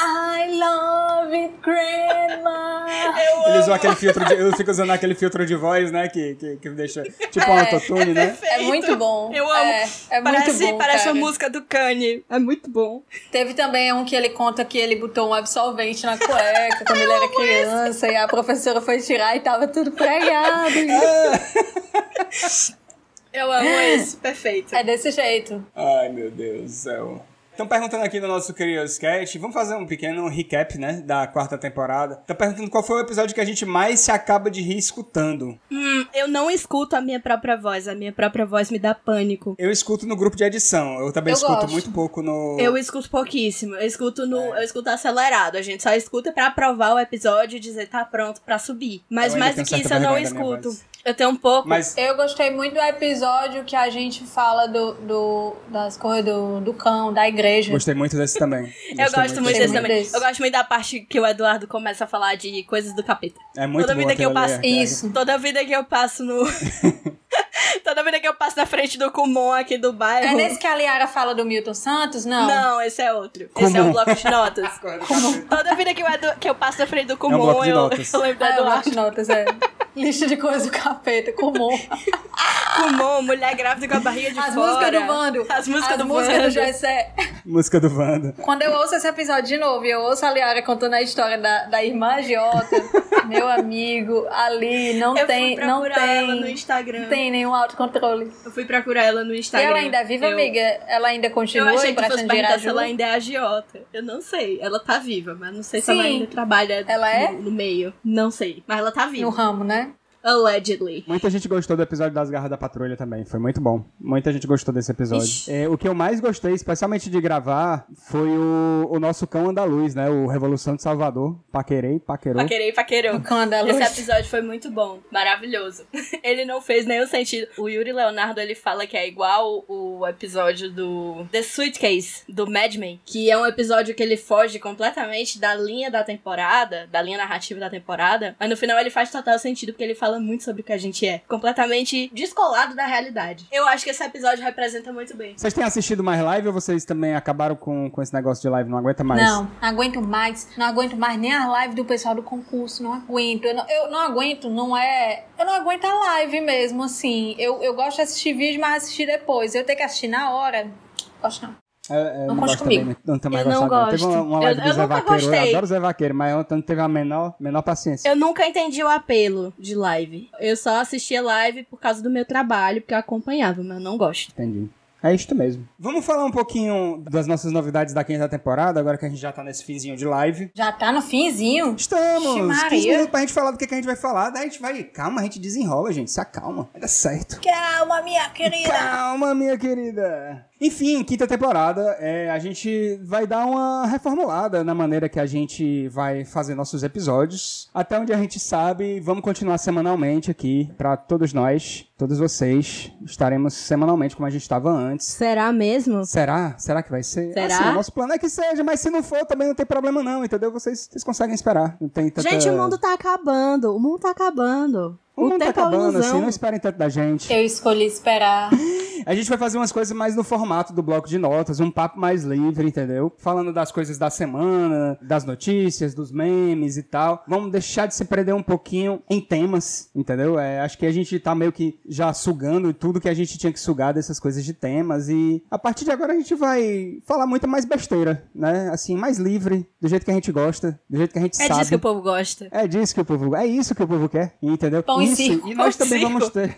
I love it, grandma.
Eu
Ele usou
amo.
aquele filtro de. Eu fico usando aquele filtro de voz, né? Que, que, que deixa. Tipo um autotune, né?
É
Perfeito.
muito bom.
Eu amo.
É, é
parece
muito bom.
parece
cara.
uma música do Kanye. É muito bom.
Teve também um que ele conta que ele botou um absorvente na cueca quando ele era criança e a professora foi tirar e tava tudo pregado.
Eu amo esse, perfeito.
é desse jeito.
Ai, meu Deus do céu. Estão perguntando aqui no nosso Curioscat, vamos fazer um pequeno recap, né, da quarta temporada. Estão perguntando qual foi o episódio que a gente mais se acaba de rir escutando.
Hum, eu não escuto a minha própria voz, a minha própria voz me dá pânico.
Eu escuto no grupo de edição, eu também
Eu
escuto
gosto.
muito pouco no...
Eu escuto pouquíssimo, eu escuto no,
É.
eu escuto acelerado, a gente só escuta pra aprovar o episódio e dizer tá pronto pra subir.
Eu
Mas
ainda
mais do
tenho
que isso eu
certa
não
vergonha da minha
escuto.
voz.
Eu tenho um pouco.
Mas
Eu gostei muito do episódio que a gente fala do, do- das coisas do, do cão, da igreja.
gostei muito desse também.
eu
Gostei
gosto muito
desse
desse também.
desse.
Eu gosto muito da parte que o Eduardo começa a falar de coisas do capeta.
É muito
Toda
bom
vida que eu
aquilo ali,
passo-
é.
Isso.
Toda vida que eu passo no. Toda toda vida que eu passo na frente do Kumon aqui do bairro.
É nesse que a Liara fala do Milton Santos? Não.
Não, esse é outro. Esse é
Kumon.
um bloco de notas.
Kumon.
Toda vida que eu, Edu- que eu passo na frente do
É um
Kumon,
bloco de
eu,
notas.
eu lembro do
Ah, é o
Eduardo.
bloco de notas, é. Lista de coisas do capeta, comum.
Kumon, mulher grávida com a barriga de
As
fora.
músicas do Vando.
As músicas do
músicas
Vando.
Jessé.
Música do Wanda.
Quando eu ouço esse episódio de novo e eu ouço a Liara contando a história da, da irmã Giota, meu amigo, ali, não
Eu
tem,
fui
não
procurar ela no
tem,
Instagram.
tem nenhum autocontrole.
Eu fui procurar ela no
E
Instagram.
ela ainda é viva,
Eu-
amiga? Ela ainda
Eu
continua
achei
em
que fosse
Praça de
perguntar se
Iraju?
ela ainda é agiota. Eu não sei. Ela tá viva, mas não sei se ela
Sim.
ainda trabalha
Ela é?
no, no meio. Não sei. Mas ela tá
No
viva.
ramo, né?
Allegedly.
Muita gente gostou do episódio das Garras da Patrulha também, foi muito bom. Muita gente gostou desse episódio.
Ixi.
É, o que eu mais gostei, especialmente de gravar, foi o, o nosso cão andaluz, né? O Revolução de Salvador. Paquerei, paquerou.
Paquerei, paquerou.
No canto da
Esse
luz.
episódio foi muito bom, maravilhoso. Ele não fez nenhum sentido. O Yuri Leonardo ele fala que é igual o episódio do The Suitcase do Mad Men, que é um episódio que ele foge completamente da linha da temporada, da linha narrativa da temporada, mas no final ele faz total sentido porque ele fala muito sobre o que a gente é, completamente descolado da realidade. Eu acho que esse episódio representa muito bem.
Vocês têm assistido mais live ou vocês também acabaram com, com esse negócio de live? Não aguenta mais?
Não, não aguento mais. Não aguento mais nem a live do pessoal do concurso. Não aguento. Eu não, eu não aguento, não é. Eu não aguento a live mesmo, assim. Eu, eu gosto de assistir vídeo, mas assistir depois. Eu ter que assistir na hora. Gosto não.
É, é,
Não conte
gosto
comigo.
também, Não tô mais
Eu não
gostando, Teve
gosto.
uma, uma live
Eu-
do
eu
Zé
nunca
Vaqueiro. Eu
gostei.
adoro o Zé Vaqueiro, mas ontem não teve a menor, menor paciência.
Eu nunca entendi o apelo de live. Eu só assistia live por causa do meu trabalho, porque eu acompanhava, mas eu não gosto.
Entendi. É isto mesmo. Vamos falar um pouquinho das nossas novidades da quinta temporada, agora que a gente já tá nesse finzinho de live.
Já tá no finzinho. Ixi,
Estamos!
Maria.
15 minutos pra gente falar do que, que a gente vai falar. Daí a gente vai. Calma, a gente desenrola, gente. Se acalma. Vai dar certo.
Calma, minha querida.
Calma, minha querida. Enfim, quinta temporada, é, a gente vai dar uma reformulada na maneira que a gente vai fazer nossos episódios. Até onde a gente sabe, vamos continuar semanalmente aqui pra todos nós, todos vocês. Estaremos semanalmente como a gente estava antes.
Será mesmo?
Será? Será que vai ser?
Será?
Assim, o nosso plano é que seja, mas se não for, também não tem problema não, entendeu? Vocês, vocês conseguem esperar. Não tem tanta...
Gente, o mundo tá acabando. O mundo tá acabando.
O mundo tá
tempo é
acabando,
uma
assim,
ilusão.
não esperem tanto da gente.
Eu escolhi esperar.
A gente vai fazer umas coisas mais no formato do bloco de notas, um papo mais livre, entendeu? Falando das coisas da semana, das notícias, dos memes e tal. Vamos deixar de se prender um pouquinho em temas, entendeu? É, acho que a gente tá meio que já sugando tudo que a gente tinha que sugar dessas coisas de temas. E a partir de agora a gente vai falar muito mais besteira, né? Assim, mais livre, do jeito que a gente gosta, do jeito que a gente
É
sabe.
disso que o povo gosta.
É disso que o povo, é isso que o povo quer, entendeu?
Pão e
isso,
circo,
E nós
pão e
também
circo.
vamos ter.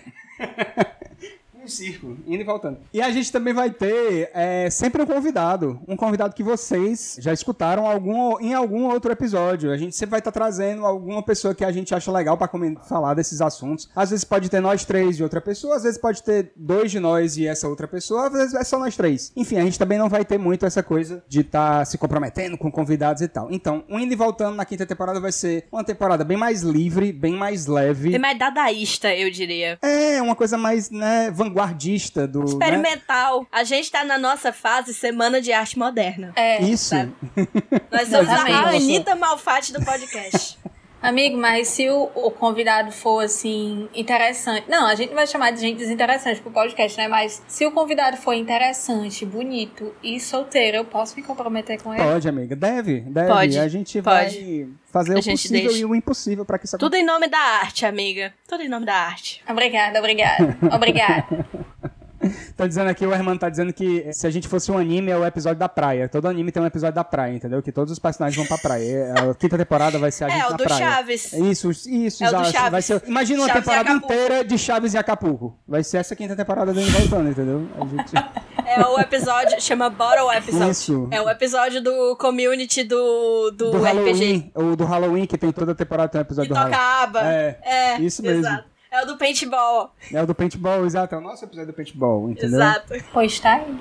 Um circo, indo e voltando. E a gente também vai ter é, sempre um convidado. Um convidado que vocês já escutaram algum, em algum outro episódio. A gente sempre vai estar trazendo alguma pessoa que a gente acha legal pra comen- falar desses assuntos. Às vezes pode ter nós três e outra pessoa, às vezes pode ter dois de nós e essa outra pessoa, às vezes é só nós três. Enfim, a gente também não vai ter muito essa coisa de estar se comprometendo com convidados e tal. Então, o Indo e Voltando na quinta temporada vai ser uma temporada bem mais livre, bem mais leve.
É mais dadaísta, eu diria.
É, uma coisa mais, né, vanguardista do. né?
Experimental. A gente tá na nossa fase Semana de Arte Moderna.
É.
Isso.
sabe?
Nós somos a
Exatamente.
a Anitta Malfatti do podcast.
Amigo, mas se o, o convidado for assim, interessante. Não, a gente não vai chamar de gente desinteressante pro podcast, né? Mas se o convidado for interessante, bonito e solteiro, eu posso me comprometer com ele?
Pode, amiga. Deve, deve.
Pode,
A gente vai fazer
A
o
gente
possível
deixa.
e o impossível pra que isso aconteça.
Tudo em nome da arte, amiga. Tudo em nome da arte.
Obrigada, obrigada. Obrigada.
Tá dizendo aqui, o Hermano tá dizendo que se a gente fosse um anime, é o episódio da praia. Todo anime tem um episódio da praia, entendeu? Que todos os personagens vão pra praia. É, A quinta temporada vai ser a gente
é, o
na
do
praia.
Chaves.
Isso, isso,
É o do
exato.
Chaves.
Vai ser, imagina uma
Chaves e
temporada
Acapulco.
inteira de Chaves e Acapulco. Vai ser essa quinta temporada do Indo e Voltando, entendeu? A gente...
É o episódio, chama Bottle Episode.
Isso.
É o episódio do community do, do,
Do
RPG.
Halloween, ou do Halloween, que tem toda a temporada tem um
Que
episódio do
toca
Halloween.
a aba.
É,
É,
isso mesmo.
Exato. É o do paintball.
É o do paintball, exato. É o nosso episódio do paintball, entendeu?
Exato.
pois tá aí.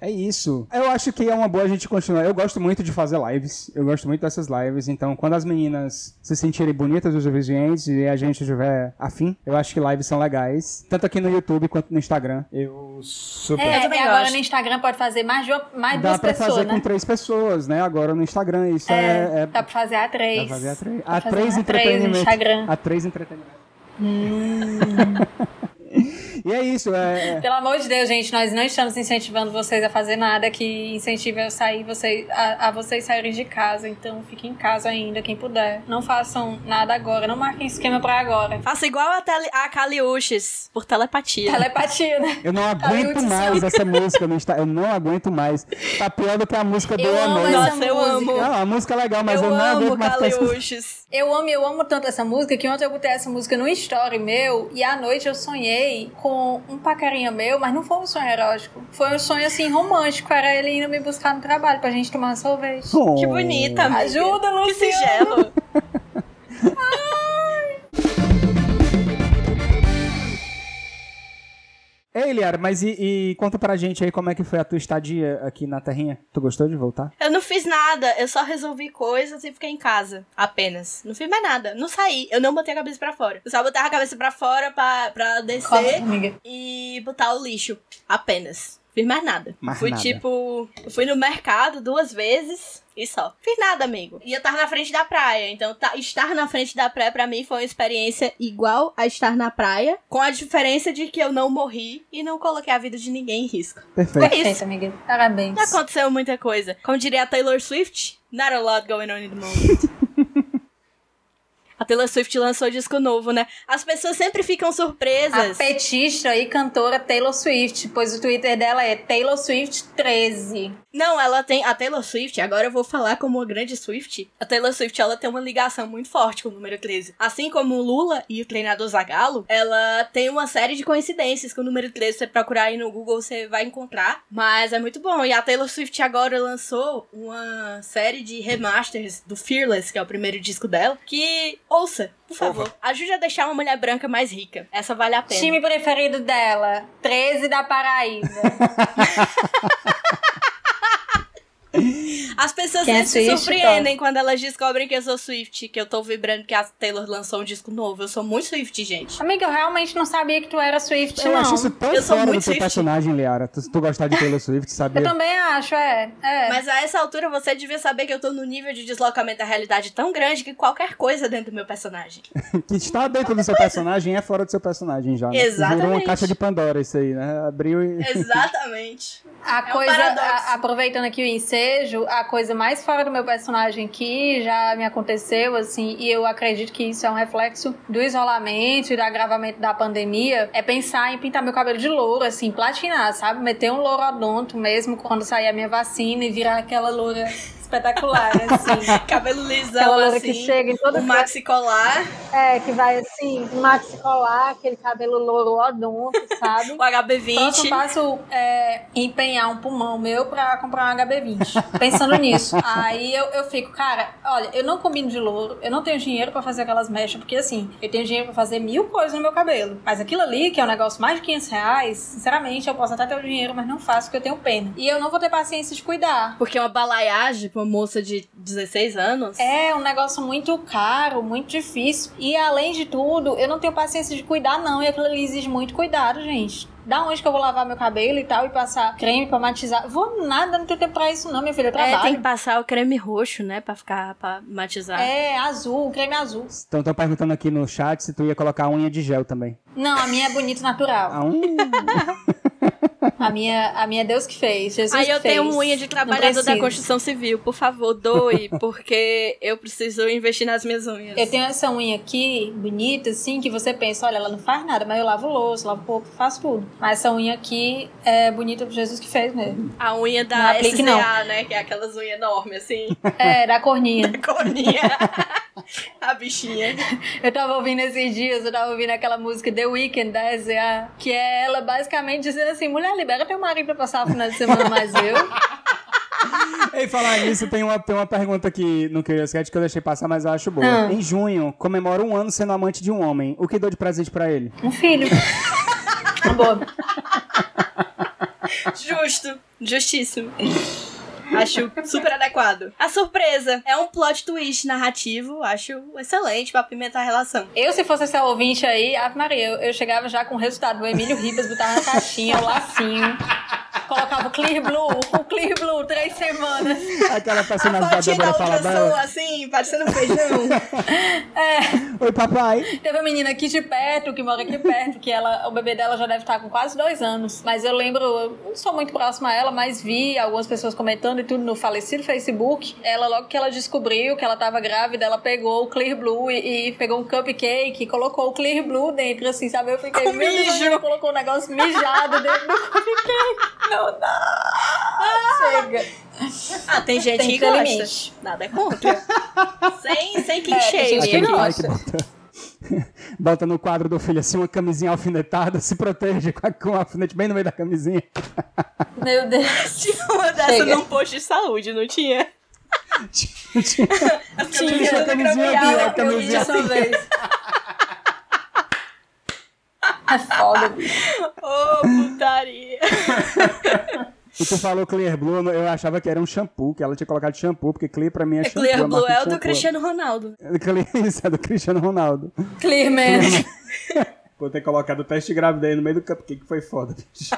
É isso. Eu acho que é uma boa a gente continuar. Eu gosto muito de fazer lives. Eu gosto muito dessas lives. Então, quando as meninas se sentirem bonitas os suficientes e a gente tiver afim, eu acho que lives são legais. Tanto aqui no YouTube quanto no Instagram. Eu super.
É,
também
e agora
gosto.
no Instagram pode fazer mais, de uma- mais
Dá
duas
pra
pessoas,
fazer
né?
com três pessoas, né? Agora no Instagram. Isso é. é...
Dá pra fazer a três.
Dá pra fazer a três.
Dá pra
A
fazer
três
a três no
entretenimento.
Instagram.
A três entretenimento. E é isso, é. é.
Pelo amor de Deus, gente, nós não estamos incentivando vocês a fazer nada que incentive a sair vocês a, a vocês saírem de casa. Então fiquem em casa ainda, quem puder. Não façam nada agora, não marquem esquema pra agora.
Faça igual a, tele, a Caliuches, por telepatia.
Telepatia, né?
Eu não aguento
Ai, eu
mais essa música no Insta. Eu não aguento mais. Tá pior do que a música do
Eu amo
Amor.
essa
Nossa, eu
música.
amo.
Não, a música é legal, mas eu,
eu
não aguento
amo
mais ficar escutando.
Caliuches.
Eu amo, eu amo tanto essa música que ontem eu botei essa música no story meu e à noite eu sonhei com um pacarinha meu, mas não foi um sonho erótico. Foi um sonho assim romântico, era ele indo me buscar no trabalho pra gente tomar sorvete.
Oh.
Que bonita, amiga.
Ajuda,
Que
Luciano!
singelo.
Ei, Liara, mas e, e conta pra gente aí como é que foi a tua estadia aqui na Terrinha. Tu gostou de voltar?
Eu não fiz nada, eu só resolvi coisas e fiquei em casa, apenas. Não fiz mais nada, não saí, eu não botei a cabeça pra fora. Eu só botava a cabeça pra fora pra, pra
Corta,
descer
amiga.
e botar o lixo, apenas. Fiz mais nada.
Mais
fui
nada.
tipo, eu fui no mercado duas vezes e só. Fiz nada, amigo. E eu tava na frente da praia, então tá- estar na frente da praia pra mim foi uma experiência igual a estar na praia, com a diferença de que eu não morri e não coloquei a vida de ninguém em risco.
Perfeito.
É isso.
Perfeito, amiga. Parabéns.
Não aconteceu muita coisa. Como diria a Taylor Swift, not a lot going on in the moment. a Taylor Swift lançou disco novo, né? As pessoas sempre ficam
A
surpresas.
petista e cantora Taylor Swift, pois o Twitter dela é Taylor Swift 13.
Não, ela tem. A Taylor Swift, agora eu vou falar como uma grande Swift. A Taylor Swift, ela tem uma ligação muito forte com o número 13. Assim como o Lula e o treinador Zagallo, ela tem uma série de coincidências com o número 13. Se você procurar aí no Google, você vai encontrar. Mas é muito bom. E a Taylor Swift agora lançou uma série de remasters do Fearless, que é o primeiro disco dela. Que, ouça, por favor, ajude a deixar uma mulher branca mais rica. Essa vale a pena.
Time preferido dela, 13 da Paraíba.
As pessoas
Quem é
sempre se
Swift,
surpreendem quando elas descobrem que eu sou Swift, que eu tô vibrando que a Taylor lançou um disco novo. Eu sou muito Swift, gente.
amiga, eu realmente não sabia que tu era Swift,
Eu
não.
acho isso tão
Eu sou
fora do
muito
teu
Swift.
personagem, Liara. Tu, tu gostar de Taylor Swift,
Eu
sabia?
também acho, é. é.
Mas a essa altura você devia saber que eu tô num nível de deslocamento da realidade tão grande que qualquer coisa dentro do meu personagem.
Que está dentro do seu personagem é fora do seu personagem já. né?
Exatamente.
Virou uma caixa de Pandora isso aí, né? Abriu e...
Exatamente.
A
É um
coisa,
paradoxo.
a- aproveitando aqui o ensejo, a coisa mais fora do meu personagem que já me aconteceu, assim, e eu acredito que isso é um reflexo do isolamento e do agravamento da pandemia, é pensar em pintar meu cabelo de louro, assim, platinar, sabe? Meter um lourodonto mesmo quando sair a minha vacina e virar aquela loura espetacular, assim.
Cabelo lisão
Aquela loura que
assim.
chega em todo
O maxi colar,
É, que vai assim, maxi colar, aquele cabelo louro odonto, sabe?
o
Próximo
HB20.
Então, passo é empenhar um pulmão meu pra comprar um HB20. Pensando nisso. Aí eu, eu fico, cara, olha, eu não combino de louro, eu não tenho dinheiro pra fazer aquelas mechas, porque assim, eu tenho dinheiro pra fazer mil coisas no meu cabelo. Mas aquilo ali, que é um negócio mais de 500 reais, sinceramente, eu posso até ter o dinheiro, mas não faço porque eu tenho pena. E eu não vou ter paciência de cuidar.
Porque é uma balaiagem pra uma moça de 16 anos.
É um negócio muito caro, muito difícil. E além de tudo, eu não tenho paciência de cuidar, não. E aquilo ali exige muito cuidado, gente. Da onde que eu vou lavar meu cabelo e tal, e passar creme pra matizar? Vou nada, não tenho tempo pra isso, não, minha filha. Eu
É, tem que
trabalho.
passar o creme roxo, né? Pra ficar, pra matizar.
É, azul, creme azul.
Então estão perguntando aqui no chat se tu ia colocar unha de gel também.
Não, a minha é bonito natural.
A unha...
A minha, a minha é Deus que fez. Jesus
Aí
que
eu
fez.
tenho um unha de trabalhador da
precisa.
construção civil. Por favor, doe, porque eu preciso investir nas minhas unhas.
Eu tenho essa unha aqui, bonita, assim, que você pensa, olha, ela não faz nada, mas eu lavo louça, lavo roupa, faço tudo. Mas essa unha aqui é bonita pro Jesus que fez mesmo.
A unha
Não
da
aplique,
SCA,
não.
né? Que é aquelas unhas enormes, assim.
É, da corninha.
Coninha. a bichinha.
Eu tava ouvindo esses dias, eu tava ouvindo aquela música The Weeknd da S.A., que é ela basicamente dizendo assim: mulher, libera teu marido pra passar o final de semana, mas eu.
Ei, falar nisso, tem uma, tem uma pergunta aqui no Curious Cat que eu deixei passar, mas eu acho boa.
Ah.
Em junho, comemora um ano sendo amante de um homem. O que dou de presente pra ele?
Um filho. Tá bom.
Justo. Justíssimo. Acho super adequado. A surpresa é um plot twist narrativo. Acho excelente pra apimentar a relação.
Eu, se fosse essa ouvinte aí, Ave Maria, eu, eu chegava já com o resultado do Emílio Ribas, botava na caixinha, o lacinho. colocava o Clear Blue, o Clear Blue, três semanas.
Aquela
A
personagem da
fotinha da
Débora
outra
fala
pessoa,
dela.
assim, parecendo um feijão.
"Ah, Oi, papai.
Teve uma menina aqui de perto, que mora aqui perto, que ela, o bebê dela já deve estar com quase dois anos. Mas eu lembro, eu não sou muito próxima a ela, mas vi algumas pessoas comentando e tudo no falecido Facebook. Ela, logo que ela descobriu que ela estava grávida, ela pegou o Clear Blue e, e pegou um cupcake e colocou o Clear Blue dentro, assim, sabe? Eu fiquei,
Com
meu Deus,
mijo.
ela colocou um negócio mijado dentro do cupcake. Não dá. Chega.
Ah, tem gente
Tem
que
que ter
gosta.
limite.
Nada contra. sem, sem que
É, tem
encheio.
gente que
Aquele
gosta.
pai que bota, bota no quadro do filho assim uma camisinha alfinetada, se protege com, a, com o alfinete bem no meio da camisinha.
Meu Deus.
Tinha uma dessa
Chega.
num posto de saúde, não tinha?
Tinha a camisinha
Gabriel,
aqui, a
eu ri
camisinha
de sua vez. É foda.
Ô, putaria.
E tu falou Clear Blue, eu achava que era um shampoo, que ela tinha colocado shampoo, porque Clear pra mim é, shampoo.
Clear
a marca
Blue
de
é o do
shampoo.
Cristiano Ronaldo.
Clear, isso é do Cristiano Ronaldo.
Clearman.
Por ter colocado o teste de gravidez no meio do cupcake foi foda, bicho.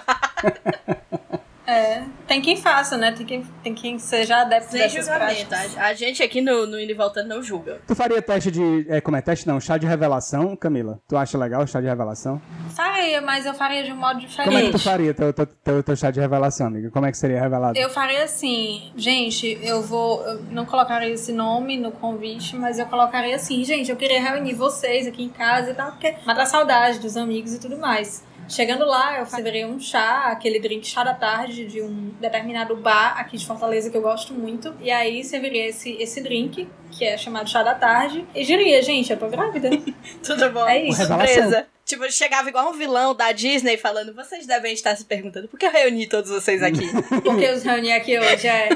É. Tem quem faça, né? Tem quem, tem quem seja adepto
Sem
dessas
julgamento.
práticas.
A, a gente aqui no, no Indo e Voltando não julga.
Tu faria teste de. É, como é? Teste não, chá de revelação, Camila. Tu acha legal o chá de revelação?
Faria, mas eu faria de um modo diferente.
Como é que tu faria teu, teu, teu, teu chá de revelação, amiga? Como é que seria revelado?
Eu faria assim, gente, eu vou. Eu não colocaria esse nome no convite, mas eu colocaria assim, gente, eu queria reunir vocês aqui em casa e tal, porque matar saudade dos amigos e tudo mais. Chegando lá, eu faria um chá, aquele drink chá da tarde de um determinado bar aqui de Fortaleza que eu gosto muito. E aí serviria esse, esse drink, que é chamado chá da tarde, e diria, gente, eu tô grávida.
Tudo bom?
É isso.
Revelação.
Surpresa. Tipo, chegava igual um vilão da Disney falando: vocês devem estar se perguntando por que eu reuni todos vocês aqui.
porque os reuni aqui hoje é.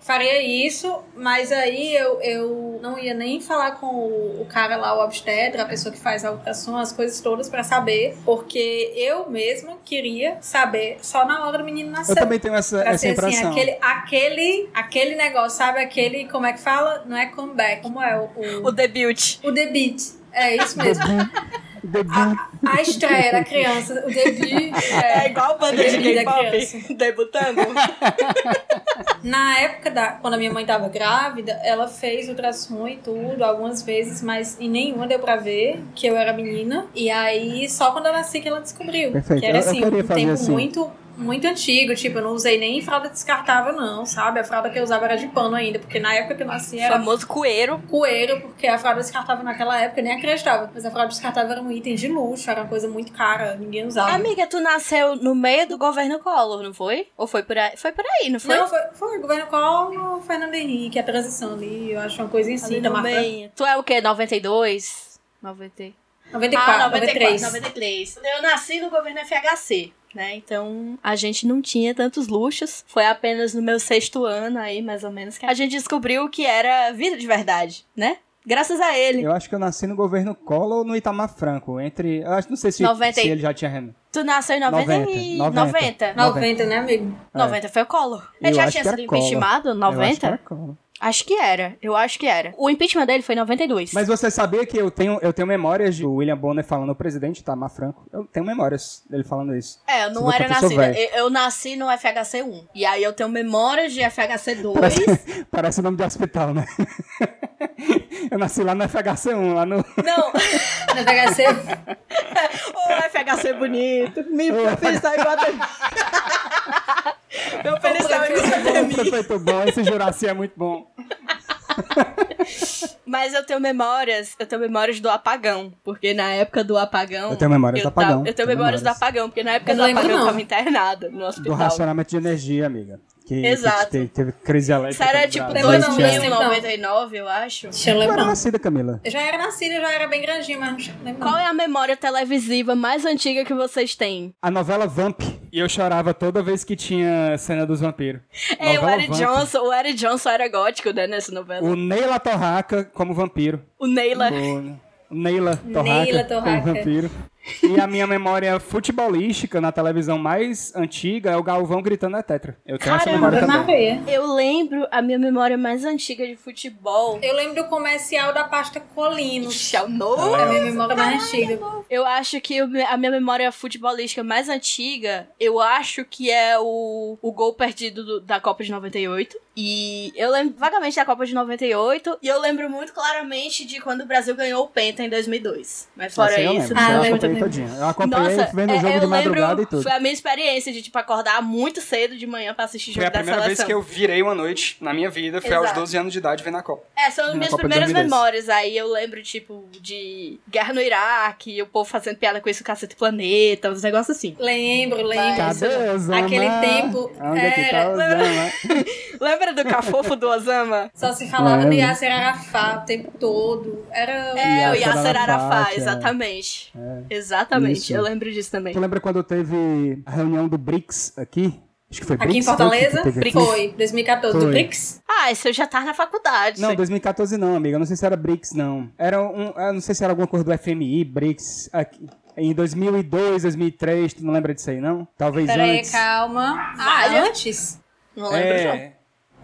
Faria isso, mas aí eu, eu não ia nem falar com o, o cara lá, o obstetra, a pessoa que faz a ultrassom, as coisas todas pra saber, porque eu mesma queria saber só na hora do menino
Eu
nascer.
também tenho essa,
Pra
essa
ser assim,
impressão.
aquele, aquele, aquele negócio, sabe? Aquele, como é que fala? Não é comeback, como é o,
o
o,
debut.
o debit. É isso mesmo.
Debu- debu-
A estreia da criança, o debit.
É
É,
igual banda de
Debut da
K-pop
criança.
debutando.
Na época da quando a minha mãe tava grávida, ela fez ultrassom e tudo algumas vezes, mas em nenhuma deu pra ver que eu era menina. E aí só quando eu nasci que ela descobriu.
Perfeito.
Que era
Eu- eu
assim,
queria
um
fazer
tempo
assim.
muito muito antigo, tipo, eu não usei nem fralda descartável não, sabe? A fralda que eu usava era de pano ainda, porque na época que eu nasci era
Famoso coeiro.
coelho, porque a fralda descartável naquela época eu nem acreditava, mas a fralda descartável era um item de luxo, era uma coisa muito cara, ninguém usava.
Amiga, tu nasceu no meio do governo Collor, não foi? Ou foi por aí? Foi por aí, não foi?
Não, foi, foi o governo Collor, Fernando Henrique, a transição ali, eu acho uma coisa em si,
Ali
da
no
marca
meio. Tu é o quê? 92? 90.
94,
ah,
93.
93. Eu nasci no governo FHC, né? Então a gente não tinha tantos luxos. Foi apenas no meu sexto ano aí, mais ou menos, que a gente descobriu que era vida de verdade, né? Graças a ele.
Eu acho que eu nasci no governo Collor ou no Itamar Franco. Entre. Eu acho não sei se,
Noventa e-
se ele já tinha reno.
Tu nasceu em 90, e
90.
90. 90.
90, né, amigo?
foi o Collor.
É. Eu
Ele já
acho
tinha
que era
sido
Collor.
impeachmentado?
Eu acho
90?
que é. era Collor.
Acho que era. Eu acho que era. O impeachment dele foi em 92.
Mas você sabia que eu tenho, eu tenho memórias de William Bonner falando o presidente Itamar Franco? Eu tenho memórias dele falando isso.
É, eu
Você
não
é
era
uma pessoa
nascida.
velha.
Eu, eu nasci no FHC 1. E aí eu tenho memórias de FHC 2.
Parece, parece o nome de hospital, né? eu nasci lá no FHC1, lá no
Não,
Na VHC,
o FHC bonito. Me
Ô,
pensar em Meu pensar em
o prefeito bom, esse Juraci é muito bom.
Mas eu tenho memórias, eu tenho memórias do apagão. Porque na época do apagão.
Eu tenho memórias do
tava-
apagão,
eu tenho memórias do apagão, porque na época
Eu
do
não lembro,
apagão eu
não.
tava internada no
Do
hospital.
racionamento de energia, amiga. Que,
Exato.
Que te- teve crise elétrica.
Isso era
no
tipo
Brasil.
dois
Dois anos.
meses.
2099, eu acho.
deixa eu
Tu era
lembrar.
nascida, Camila.
Eu já era nascida, eu já era bem grandinha, mas não tinha- lembro.
Qual
não.
é a memória televisiva mais antiga que vocês têm?
A novela Vamp. E eu chorava toda vez que tinha cena dos vampiros.
É, o
Novela
Eric
Vamp.
Johnson. O Eric Johnson era gótico, né, nessa novela.
O Neila Torraca como vampiro.
O Neila.
Uhum. O Neila Torraca
Neila
como
Torraca.
vampiro. E a minha memória futebolística na televisão mais antiga é o Galvão gritando é tetra. Eu tenho essa
Caramba,
memória também.
Maria.
Eu lembro a minha memória mais antiga de futebol.
Eu lembro do comercial da pasta Colinos.
Ixi, é o novo.
É a minha memória mais antiga.
Eu acho que o me- a minha memória futebolística mais antiga, eu acho que é o, o gol perdido do- da Copa de 98. E eu lembro vagamente da Copa de 98. E eu lembro muito claramente de quando o Brasil ganhou o Penta em 2002. Mas fora
Essa Assim eu
isso, né?
lembro, essa
Ah,
eu
lembro
acompanhei
também.
todinha. Eu acompanhei vendo o
é,
jogo
eu
de madrugada
lembro,
e tudo.
Foi a minha experiência de, tipo, acordar muito cedo de manhã pra assistir
Foi
jogo
a
da
primeira
seleção.
vez que eu virei uma noite na minha vida, foi aos
Exato.
12 anos de idade vendo a Copa.
É, são as
Na
minhas
Copa de
primeiras
2010.
memórias. Aí eu lembro, tipo, de guerra no Iraque, o povo fazendo piada com isso, cacete planeta, uns negócios assim.
Lembro, lembro.
Tá
Cadê Osama?
É Aquele tempo
Onde é que né? tá
era-
Osama?
Lembra do cafofo do Osama?
Só se falava do
Lembro.
Yasser Arafat o tempo todo. Era.
É, o
Yasser
Yasser Arafat,
Arafat, é.
exatamente. Exatamente,
Isso.
eu lembro disso também.
Tu lembra quando teve a reunião do BRICS aqui? Acho que foi
Aqui em
BRICS, foi que
Fortaleza?
teve aqui?
Foi, 2014. Do
Foi.
BRICS?
Ah, isso eu já tava na faculdade.
Não,
isso
2014 não, amiga. Eu não sei se era BRICS, não. Era um. eu não sei se era alguma coisa do FMI, BRICS. aqui. Em 2002, 2003, tu não lembra disso aí, não? Talvez
Peraí,
antes.
calma. Ah,
Vale.
antes?
Não lembro, não.
É,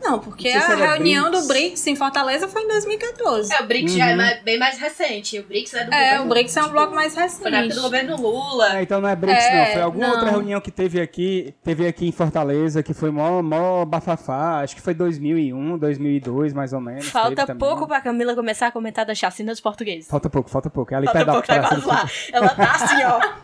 Não, porque
Não sei
a
se era
reunião
BRICS.
do BRICS em Fortaleza foi em 2014.
É, o BRICS
Uhum.
já é mais- bem mais recente. O BRICS é do
É,
governo-
o BRICS é um bloco mais
Foi na época do
recente.
governo Lula.
Ah, então não é BRICS,
É,
não. Foi alguma
não.
outra reunião que teve aqui, teve aqui em Fortaleza, que foi mó, mó bafafá. Acho que foi 2001, 2002, mais ou menos.
Falta
teve também.
pouco pra Camila começar a comentar da chacina dos portugueses.
Falta pouco, falta pouco. É ali
Falta
perto da
pouco, tá
praça
quase
do-
lá. Ela tá assim, ó.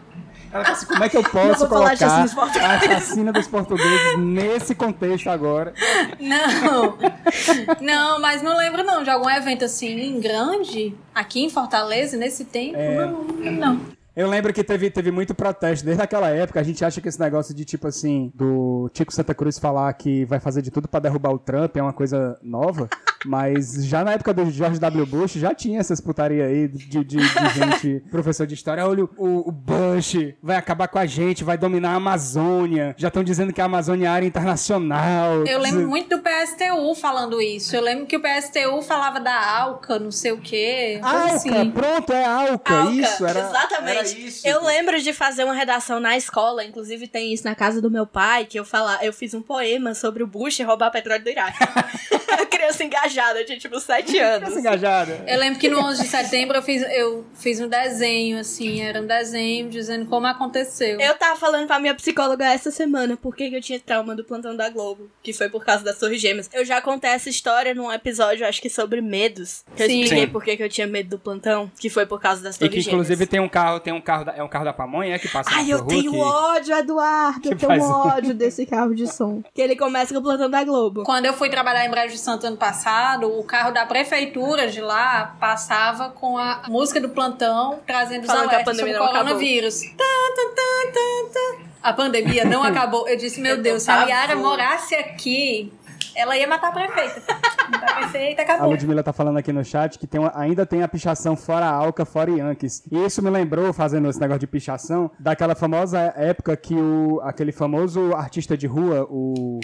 Ela fala assim, como é que eu
Não
posso
vou falar
colocar
de chacina dos portugueses.
a chacina dos portugueses nesse contexto agora?
Não, não, mas não lembro não de algum evento assim grande aqui em Fortaleza nesse tempo. Não, não.
Eu lembro que teve, teve muito protesto desde aquela época. A gente acha que esse negócio de tipo assim, do Tico Santa Cruz falar que vai fazer de tudo pra derrubar o Trump é uma coisa nova. Mas já na época do George W. Bush já tinha essas putaria aí de, de, de gente, professor de história. Olha, o, o Bush vai acabar com a gente, vai dominar a Amazônia. Já estão dizendo que a Amazônia é área internacional.
Eu lembro
Diz-
muito do PSTU falando isso. Eu lembro que o PSTU falava da Alca, não sei o quê. coisa
Alca,
assim.
pronto, é Alca,
Alca,
isso. Era,
exatamente.
era isso.
Eu lembro de fazer uma redação na escola, inclusive tem isso na casa do meu pai, que eu fala, eu fiz um poema sobre o Bush roubar petróleo do Iraque. Criança engajada, eu tinha tipo 7 anos.
Essa engajada.
Eu lembro que no 11 de setembro eu fiz, eu fiz um desenho, assim, era um desenho dizendo como aconteceu.
Eu tava falando pra minha psicóloga essa semana por que que eu tinha trauma do plantão da Globo, que foi por causa das Torres Gêmeas. Eu já contei essa história num episódio, acho que sobre medos, que eu
Sim.
expliquei
Sim.
por que que eu tinha medo do plantão, que foi por causa das
E
Torres
que
Gêmeas.
inclusive tem um carro, tem um carro, da- é um carro da pamonha é, que passa
Ai,
na
eu
rua,
tenho
que-
ódio, Eduardo.
que
eu tenho
faz- um-
ódio desse carro de som. Que ele começa com o plantão da Globo.
Quando eu fui trabalhar em Brejo de Santo ano passado, o carro da prefeitura de lá passava com a música do plantão, trazendo os
Falando que a
alertas sobre
pandemia
o
não acabou.
coronavírus. Tá, tá, tá, tá, tá. A pandemia não acabou. Eu disse, meu
Eu
Deus, se
tava-
a Yara morasse aqui, ela ia matar a prefeita. Matar a prefeita
A
acabou.
Ludmilla tá falando aqui no chat que tem uma- ainda tem a pichação fora Alca, fora Yankees. E isso me lembrou, fazendo esse negócio de pichação, daquela famosa época que o, aquele famoso artista de rua, o,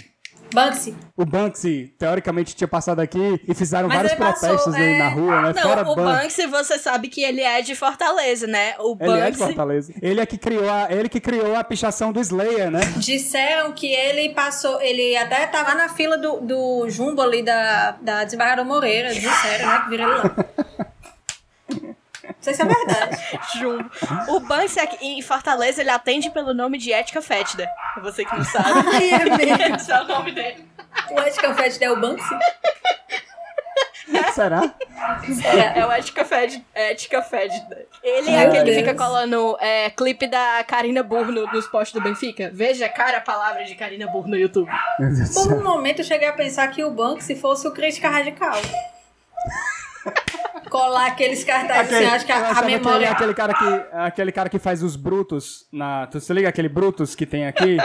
Banksy.
o Banksy, teoricamente tinha passado aqui e fizeram
Mas
vários
ele passou,
protestos aí
é.
na rua, né?
Não,
fora
o
Banksy.
Banksy, você sabe que ele é de Fortaleza, né? O
Ele é de
Banksy.
Fortaleza. Ele é que criou a, ele que criou a pichação do Slayer, né?
Disseram que ele passou, ele até tava na fila do, do jumbo ali da, da desembargadora Moreira. Disseram, né? Que viram ele lá. Não sei se é verdade.
Jumbo. O Banksy aqui em Fortaleza, ele atende pelo nome de Ética Fétida. Pra Você que não sabe.
Ai, é mesmo.
Esse é o nome dele.
O Ed Confetti é o Banksy?
Será?
É, é o Ética Fétida. Ética Fétida. Ele é
Meu
aquele que
Deus.
fica colando é, clipe da Karina Burno nos posts do Benfica. Veja, cara, a palavra de Karina Burno no YouTube.
Meu Deus do
Por
céu.
um momento eu cheguei a pensar que o Banksy fosse o crítica radical. Colar aqueles cartazes
Aquele-
assim, acho que
eu
a- a,
achava que ele é
memória.
aquele cara que aquele cara que faz os brutos na, tu se liga aquele brutos que tem aqui?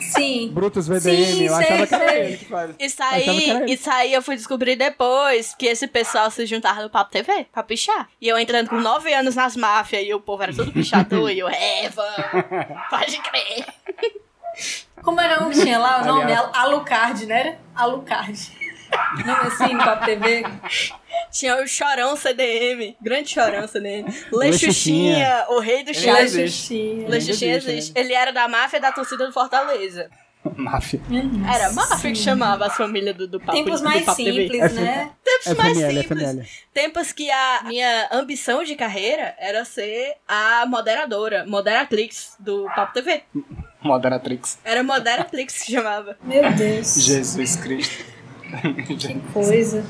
Sim.
Brutus VDM,
Sim,
eu achava
sei,
que era
sei.
ele que faz.
Isso
Achava que
aí,
era ele.
isso aí eu fui descobrir depois que esse pessoal se juntava no Papo TV pra pichar. E eu entrando com 9 anos nas máfias e o povo era todo pichador e eu, é, vamos, pode crer.
Como era um que tinha lá o nome?
Aliás.
Al- Alucard, né? Alucard. Nome assim, no Papo TV.
Tinha o Chorão CDM, grande Chorão CDM.
Lexuchinha.
Lechuchinha, o rei do
Ele né?
chá.
existe.
Xuxinha.
Lexuchinha
existe,
existe. Ele era da máfia da torcida do Fortaleza.
Máfia.
Era a máfia que chamava as famílias do, do papo
Uhum. Tempos
do
mais
Papo TV.
simples, né?
É
É
Tempos mais
FML,
simples.
FML.
Tempos que a minha ambição de carreira era ser a moderadora, Moderatrix do Papo TV.
Moderatrix.
Era Moderatrix que chamava.
Meu Deus.
Jesus Cristo.
Que coisa.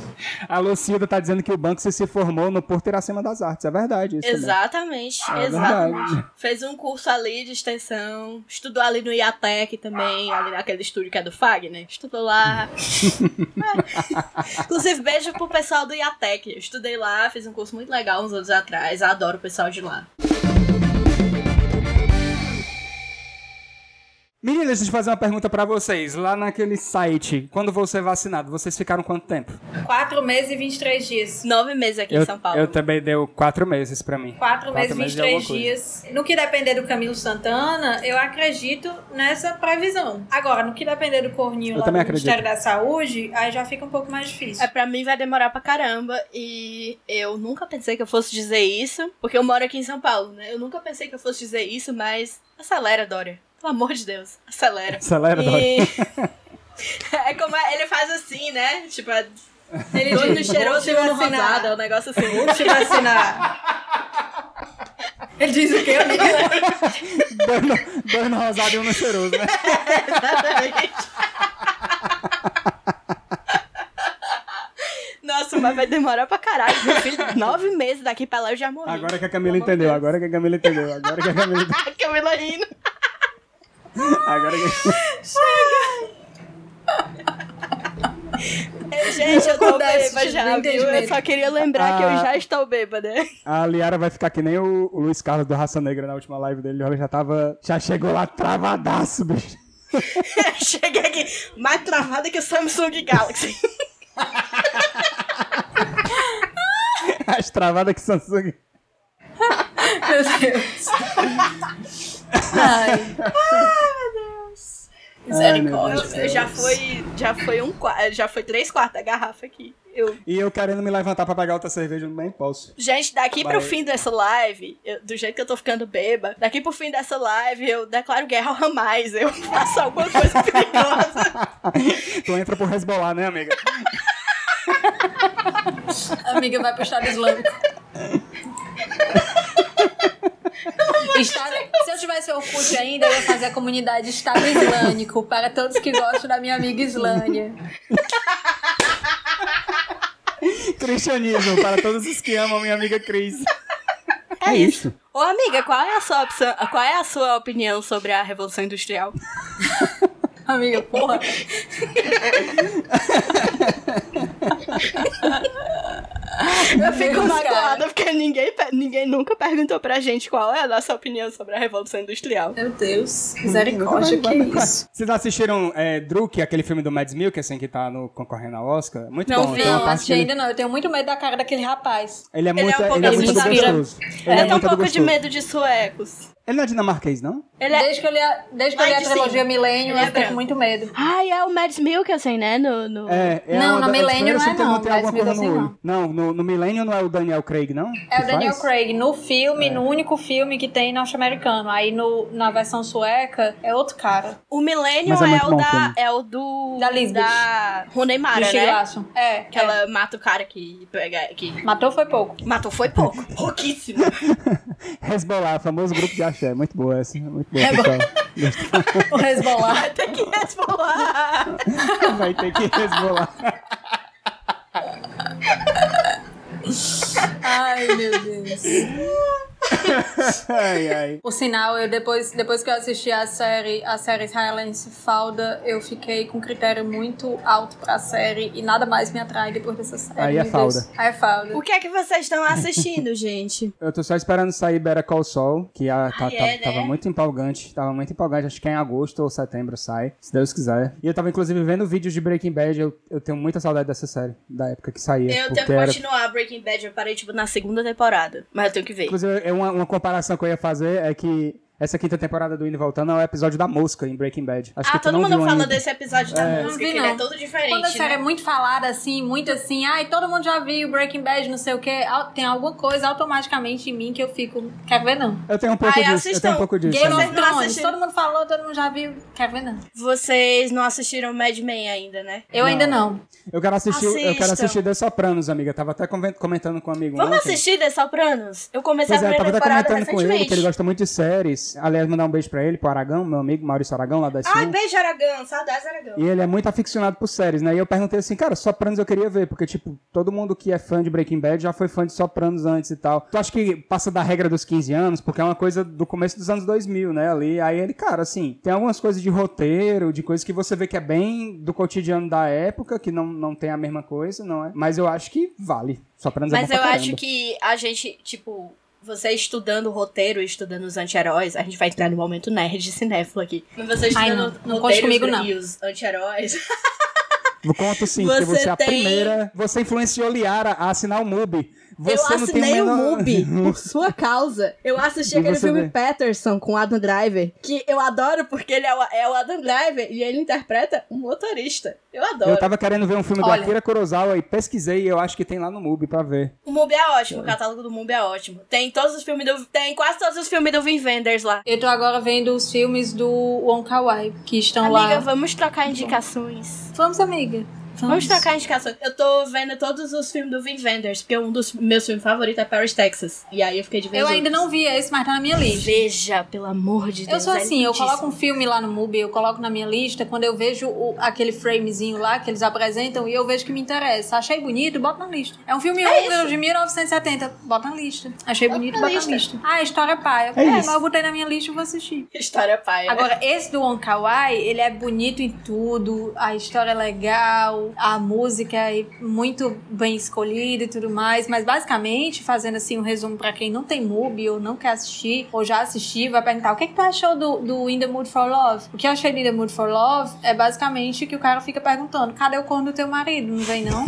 A Lucilda tá dizendo que o banco se- se formou no Porto Iracema das Artes. É verdade isso. também.
Exatamente,
É
exatamente.
verdade.
Fez um curso ali de extensão, estudou ali no IATEC também, ali naquele estúdio que é do Fagner. Estudou lá. É. Inclusive, beijo pro pessoal do IATEC. Eu estudei lá, fiz um curso muito legal uns anos atrás. Adoro o pessoal de lá.
Menina, deixa eu fazer uma pergunta pra vocês. Lá naquele site, quando você vacinado, vocês ficaram quanto tempo?
4 meses e 23 dias.
Nove meses aqui em São Paulo.
eu também deu quatro meses pra mim.
Quatro meses e
meses e alguma
23 dias. No que depender do Camilo Santana, eu acredito nessa previsão. Agora, no que depender do Corninho
Eu
lá do
também acredito.
Ministério da Saúde, aí já fica um pouco mais difícil.
É, pra mim vai demorar pra caramba. E eu nunca pensei que eu fosse dizer isso. Porque eu moro aqui em São Paulo, né? Eu nunca pensei que eu fosse dizer isso, mas acelera, Dória. Pelo amor de Deus, acelera.
Acelera, Dói.
E... é como é- ele faz assim, né? Tipo, é
Ele
doido no
diz,
cheiroso e
"Vou te
no
vacinar.
rosado. É um negócio assim.
Vou te vacinar. Ele diz o quê? Eu digo, né?
Dois no- Dois no rosado e um no cheiroso, né?
Exatamente. Nossa, mas vai demorar pra caralho. Meu filho, nove meses daqui pra lá eu já morri.
Agora que a Camila entendeu, agora que a Camila entendeu, agora que a Camila entendeu.
que eu me laindo.
Agora que...
Gente, eu tô
Acontece,
bêbada
gente,
já,
não
viu?
entende
Eu
mesmo.
só queria lembrar que eu
Ah.
já estou bêbada.
A Liara vai ficar que nem o, o Luiz Carlos do Raça Negra na última live dele. Ele já tava. Já chegou lá travadaço, bicho.
Cheguei aqui mais travada que o Samsung Galaxy.
As travadas que Samsung.
Meu Deus. Ai.
Ai, meu
Eu,
Deus.
Misericórdia.
eu já foi, já foi um, qua- já foi três quartos da garrafa aqui. Eu
E eu querendo me levantar pra pegar outra cerveja, eu nem posso.
Gente, daqui pro
Vai.
fim dessa live, eu- do jeito que eu tô ficando beba, daqui pro fim dessa live eu declaro guerra ao Ramais, eu faço alguma coisa perigosa.
Tu entra pro resbolar, né, amiga?
Amiga, vai pro Estado Islâmico. Estado- Se eu tivesse Orkut ainda, eu ia fazer a comunidade Estado Islâmico para todos que gostam da minha amiga Islânia.
Cristianismo, para todos os que amam minha amiga Cris. É isso.
Ô amiga, qual é a sua opção, qual é a sua opinião sobre a Revolução Industrial?
Amiga, porra.
Eu fico
Deus,
magoada porque ninguém, pe- ninguém nunca perguntou pra gente qual é a nossa opinião sobre a Revolução Industrial.
É
Meu Deus, misericórdia, que isso.
Vocês assistiram é, Druk, aquele filme do Mads Mikkelsen que tá no, concorrendo ao Oscar? Muito
Não
bom. então
vi,
Tem uma
Não,
parte
acho
que
que
ele-
ainda não. Eu tenho muito medo da cara daquele rapaz.
Ele é
Ele é
muito,
um pouco-
ele é
ele
muito
me inspira.
gostoso. Ele
eu
é
tenho um
muito
pouco de
gostoso.
medo de suecos.
Ele não é dinamarquês, não?
Ele é...
Desde que eu li a, desde que eu li
Ai,
a
de
trilogia
sim.
Millennium,
Ele é
eu fiquei
branco.
com muito medo.
Ai, é o Mads Mikkelsen, né? No, no...
É, é
Não,
uma
no
da-
Millennium
espera
não é
se todo mundo
não,
tem
mas
alguma coisa no
Midsommar
olho. Não, no, no Millennium não é o Daniel Craig, não?
É
que
o Daniel
faz? É.
Craig no filme, no único filme que tem norte-americano. Aí no, na versão sueca é outro cara.
O Millennium
Mas é
é,
muito
o
bom o
da,
filme.
é o do...
Da Lisbeth.
Da Rooney
Do
Mara,
Steve
né?
Larson. É,
Que ela mata o cara que, pega, que
é. Matou foi pouco.
matou foi pouco. Pouquíssimo.
Hezbollah, famoso grupo de axé. Muito boa essa. Muito boa, pessoal.
O Hezbollah.
Vai ter que resfolar.
Vai ter que Hezbollah.
Ai, meu Deus.
Ai, ai.
Por sinal, eu depois, depois que eu assisti a série, a série israelense Falda, eu fiquei com um critério muito alto pra série e nada mais me atrai depois dessa série.
Aí é
meu Deus.
Falda.
Aí é Falda.
O que é que vocês estão assistindo, gente?
Eu tô só esperando sair Better Call Saul, que a, tá-
Ah, é,
tá-
né?
tava muito empolgante. Tava muito empolgante. Acho que é em agosto ou setembro sai, se Deus quiser. E eu tava, inclusive, vendo vídeos de Breaking Bad. Eu, eu tenho muita saudade dessa série, da época que saía.
Eu tenho
É, porque
que
era
continuar Breaking Bad. Eu parei, tipo, na segunda temporada. Mas eu tenho que ver.
Inclusive, é uma, uma comparação que eu ia fazer é que Essa quinta temporada do Indo e Voltando é o episódio da mosca em Breaking Bad. Acho
ah,
que tu
todo
não
mundo
viu
fala
ainda.
desse episódio da
É.
música,
Não vi,
que ele é
não.
todo
Quando a
diferente,
série é
né?
muito falada, assim, muito assim, ai, todo mundo já viu Breaking Bad, não sei o quê, au- tem alguma coisa automaticamente em mim que eu fico, quer ver não.
Eu tenho um pouco
Ai,
disso. Eu
assistam.
tenho um pouco disso.
Game
né?
of
Vocês não
Thrones,
assistiram?
todo mundo falou, todo mundo já viu, quer ver não.
Vocês não assistiram Mad Men ainda, né?
Eu ainda não.
Eu quero assistir, eu quero
Assistam.
assistir The Sopranos, amiga. Tava até conven- comentando com um amigo
Vamos
ontem.
assistir The Sopranos? Eu comecei
Pois
a
é, tava
primeira
até
temporada
comentando com ele,
recentemente.
que ele gosta muito de séries. Aliás, mandar um beijo pra ele, pro Aragão, meu amigo Maurício Aragão, lá da Sul.
Ai, beijo, Aragão. Saudades, Aragão.
E ele é muito aficionado por séries, né? E eu perguntei assim, cara, Sopranos eu queria ver, porque, tipo, todo mundo que é fã de Breaking Bad já foi fã de Sopranos antes e tal. Tu acha que passa da regra dos 15 anos, porque é uma coisa do começo dos anos 2000, né? Ali. Aí ele, cara, assim, tem algumas coisas de roteiro, de coisas que você vê que é bem do cotidiano da época, que não, não tem a mesma coisa, não é? Mas eu acho que vale. Sopranos é bom
Mas
pra
eu
caramba.
acho que a gente, tipo, você estudando o roteiro, estudando os anti-heróis, a gente vai entrar no momento nerd de cinéfilo aqui. Mas você
Ai,
estudando
não.
o
Não conte
roteiro
comigo,
e os-
não.
e os anti-heróis.
Conto sim, porque
Você
você é a
tem-
primeira. Você influenciou Liara a assinar o MUBI. Você
eu
não tem
assinei o
menor-
MUBI por sua causa. Eu assisti
E
aquele
você
filme
vê?
Patterson com Adam Driver, que eu adoro porque ele é o, é o Adam Driver e ele interpreta um motorista. Eu adoro.
Eu tava querendo ver um filme do
Olha.
Akira Kurosawa e pesquisei e eu acho que tem lá no MUBI pra ver.
O Mubi é ótimo, o catálogo do Mubi é ótimo. Tem todos os filmes do. Tem quase todos os filmes do Vin Vendors lá.
Eu tô agora vendo os filmes do Wong Kar Wai, que estão
Amiga,
lá.
vamos trocar indicações.
Vamos, amiga.
Vamos trocar indicações. Eu tô vendo todos os filmes do Vin Vendors, porque um dos meus filmes favoritos é Paris, Texas. E aí eu fiquei de vez
Eu
em
ainda não vi esse, mas tá na minha lista.
Veja, pelo amor de
Eu
Deus.
sou
é
assim, eu
lindíssimo.
coloco um filme lá no MUBI, eu coloco na minha lista, quando eu vejo o- aquele framezinho lá que eles apresentam e eu vejo que me interessa. Achei bonito, bota na lista. É um filme húngaro de 1970, bota na lista. Achei bonito,
na
bota
lista.
na lista. Ah, a história é paia.
É
É,
isso.
mas eu botei na minha lista e vou assistir.
História pai.
É. Agora, esse do Onkawai, ele é bonito em tudo, a história é legal, a música é muito bem escolhida e tudo mais, mas basicamente, fazendo assim um resumo pra quem não tem MUBI ou não quer assistir, ou já assistiu, vai perguntar o que, que tu achou do, do In the Mood for Love? O que eu achei do In the Mood for Love é basicamente que o cara fica perguntando, cadê o corno do teu marido? Não vem não?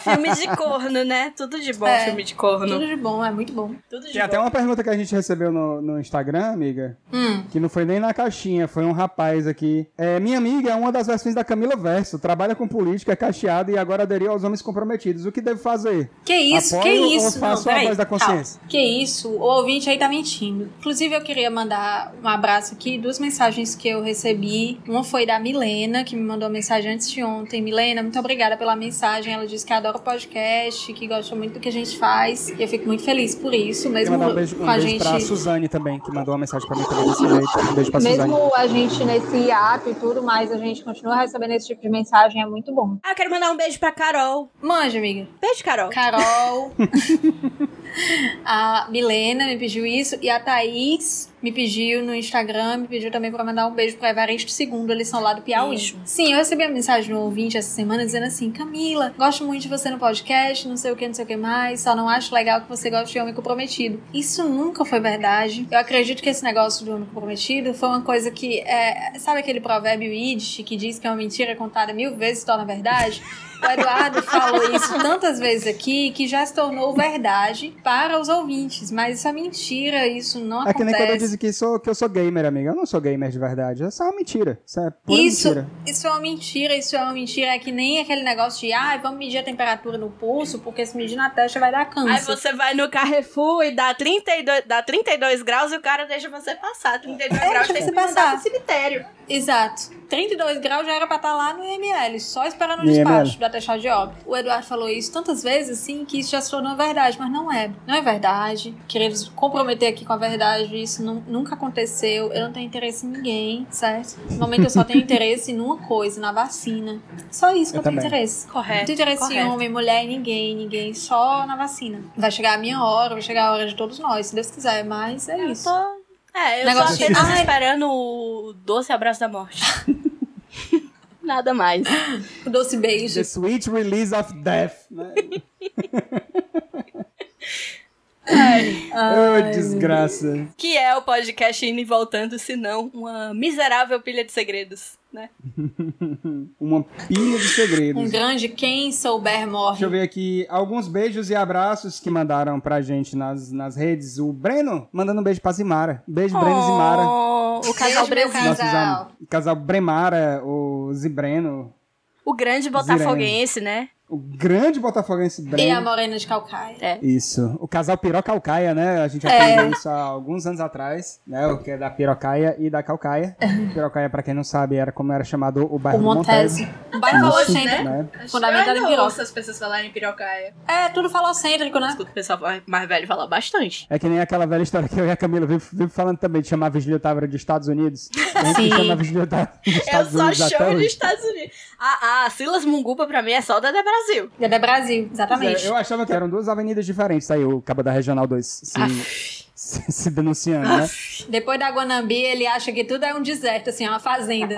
Filme de corno, né? Tudo de bom,
É.
filme de corno.
tudo de bom, é muito bom.
Tudo de
Tem até
bom.
uma pergunta que a gente recebeu no, no Instagram, amiga,
Hum.
que não foi nem na caixinha, foi um rapaz aqui. É, minha amiga é uma das versões da Camila Verso, trabalha com política, é cacheada e agora aderiu aos homens comprometidos. O que devo fazer?
Que isso,
Apoio
que
ou
isso?
faço a
peraí,
voz da consciência?
calma. Que isso, o ouvinte aí tá mentindo. Inclusive, eu queria mandar um abraço aqui, duas mensagens que eu recebi. Uma foi da Milena, que me mandou a mensagem antes de ontem. Milena, muito obrigada pela mensagem. Ela disse que adora o podcast, que gosta muito do que a gente faz. E eu fico muito feliz por isso,
Quero
mesmo
mandar um beijo, um
com a
beijo
gente.
pra Suzane também, que mandou uma mensagem pra mim também desse jeito. Um beijo pra Suzane.
Mesmo a gente nesse hiato e tudo mais, a gente continua recebendo esse tipo de mensagem, é muito bom.
Ah, eu quero mandar um beijo pra Carol.
Manja, amiga.
Beijo, Carol.
Carol, a Milena me pediu isso e a Thaís me pediu no Instagram, me pediu também pra mandar um beijo para Evaristo II, eles são lá do Piauí.
Isso.
Sim, eu recebi a mensagem no ouvinte essa semana dizendo assim: Camila, gosto muito de você no podcast, não sei o que, não sei o que mais, só não acho legal que você goste de homem comprometido. Isso nunca foi verdade. Eu acredito que esse negócio do homem comprometido foi uma coisa que é. Sabe aquele provérbio Yiddish que diz que é uma mentira contada mil vezes se torna verdade? O Eduardo falou isso tantas vezes aqui que já se tornou verdade para os ouvintes, mas isso é mentira, isso não
É que nem quando eu
acontece.
disse que, sou, que eu sou gamer, amiga. Eu não sou gamer de verdade. Essa é uma mentira. Isso é pura
Isso,
mentira.
isso é uma mentira, isso é uma mentira. É que nem aquele negócio de, ah, vamos medir a temperatura no pulso, porque se medir na testa vai dar
Aí
câncer.
você vai no Carrefour e dá 32, dá 32 graus e o cara deixa você passar. 32 graus
É, deixa
tem
você
que passar
passar.
pro cemitério.
Exato. 32 graus já era pra estar lá no IML, só esperando o
No
despacho
IML.
do atestado de óbito. O Eduardo falou isso tantas vezes, assim, que isso já se tornou verdade, mas não é. Não é verdade. Queremos comprometer aqui com a verdade, isso nu- nunca aconteceu. Eu não tenho interesse em ninguém, certo? No momento eu só tenho interesse em uma coisa, na vacina. Só isso que
Eu
eu, tenho
também.
interesse. Não
Correto.
tem interesse em
correto.
homem, mulher, ninguém, ninguém, só na vacina. Vai chegar a minha hora, vai chegar a hora de todos nós, se Deus quiser, mas é isso.
É, eu
Negócio
só apenas
de-
esperando o doce abraço da morte. Nada mais.
O Um doce beijo.
The sweet release of death. Né? Ô, desgraça.
Que é o podcast indo e voltando, se não uma miserável pilha de segredos, né?
Uma pilha de
Um
segredos.
grande quem souber
Deixa eu
morre.
ver aqui alguns beijos e abraços que mandaram pra gente nas, nas redes. O Breno mandando um beijo pra Zimara. Beijo, Breno e Zimara.
Oh, o casal
Beijo, meu
Brasil.
Nossos
casal.
am- casal Bremara, o Zibreno.
O grande botafoguense, né?
O grande botafoguense
E a
Breno.
Morena de Calcaia.
Isso. O casal Pirocalcaia, né? A gente aprendeu isso há alguns anos atrás, né? O que é da Pirocaia e da Calcaia. Pirocaia, pra quem não sabe, era como era chamado o
O
bairro do
Montese. É, assim, Bairro
Isso,
falocêntrico.
né?
Eu
Fundamental em
ainda
piroca.
ouço é as pessoas falarem pirocaia.
É, tudo falocêntrico, né?
Escuta o pessoal mais velho falar bastante.
É que nem aquela velha história que eu e a Camila vive, vive falando também de chamar a Virgílio Távora de Estados Unidos. A gente
Sim.
chama a Virgílio Távora de
Eu
Estados
só
Unidos até
chamo de
hoje.
Estados Unidos. Ah, ah, Silas Munguba pra mim é só da Brasil.
E é da Brasil, exatamente.
É, Eu achava que eram duas avenidas diferentes, Tá aí o Cabo da Regional 2 se, se, se denunciando, né?
Depois da Guanambi, ele acha que tudo é um deserto, assim, é uma fazenda.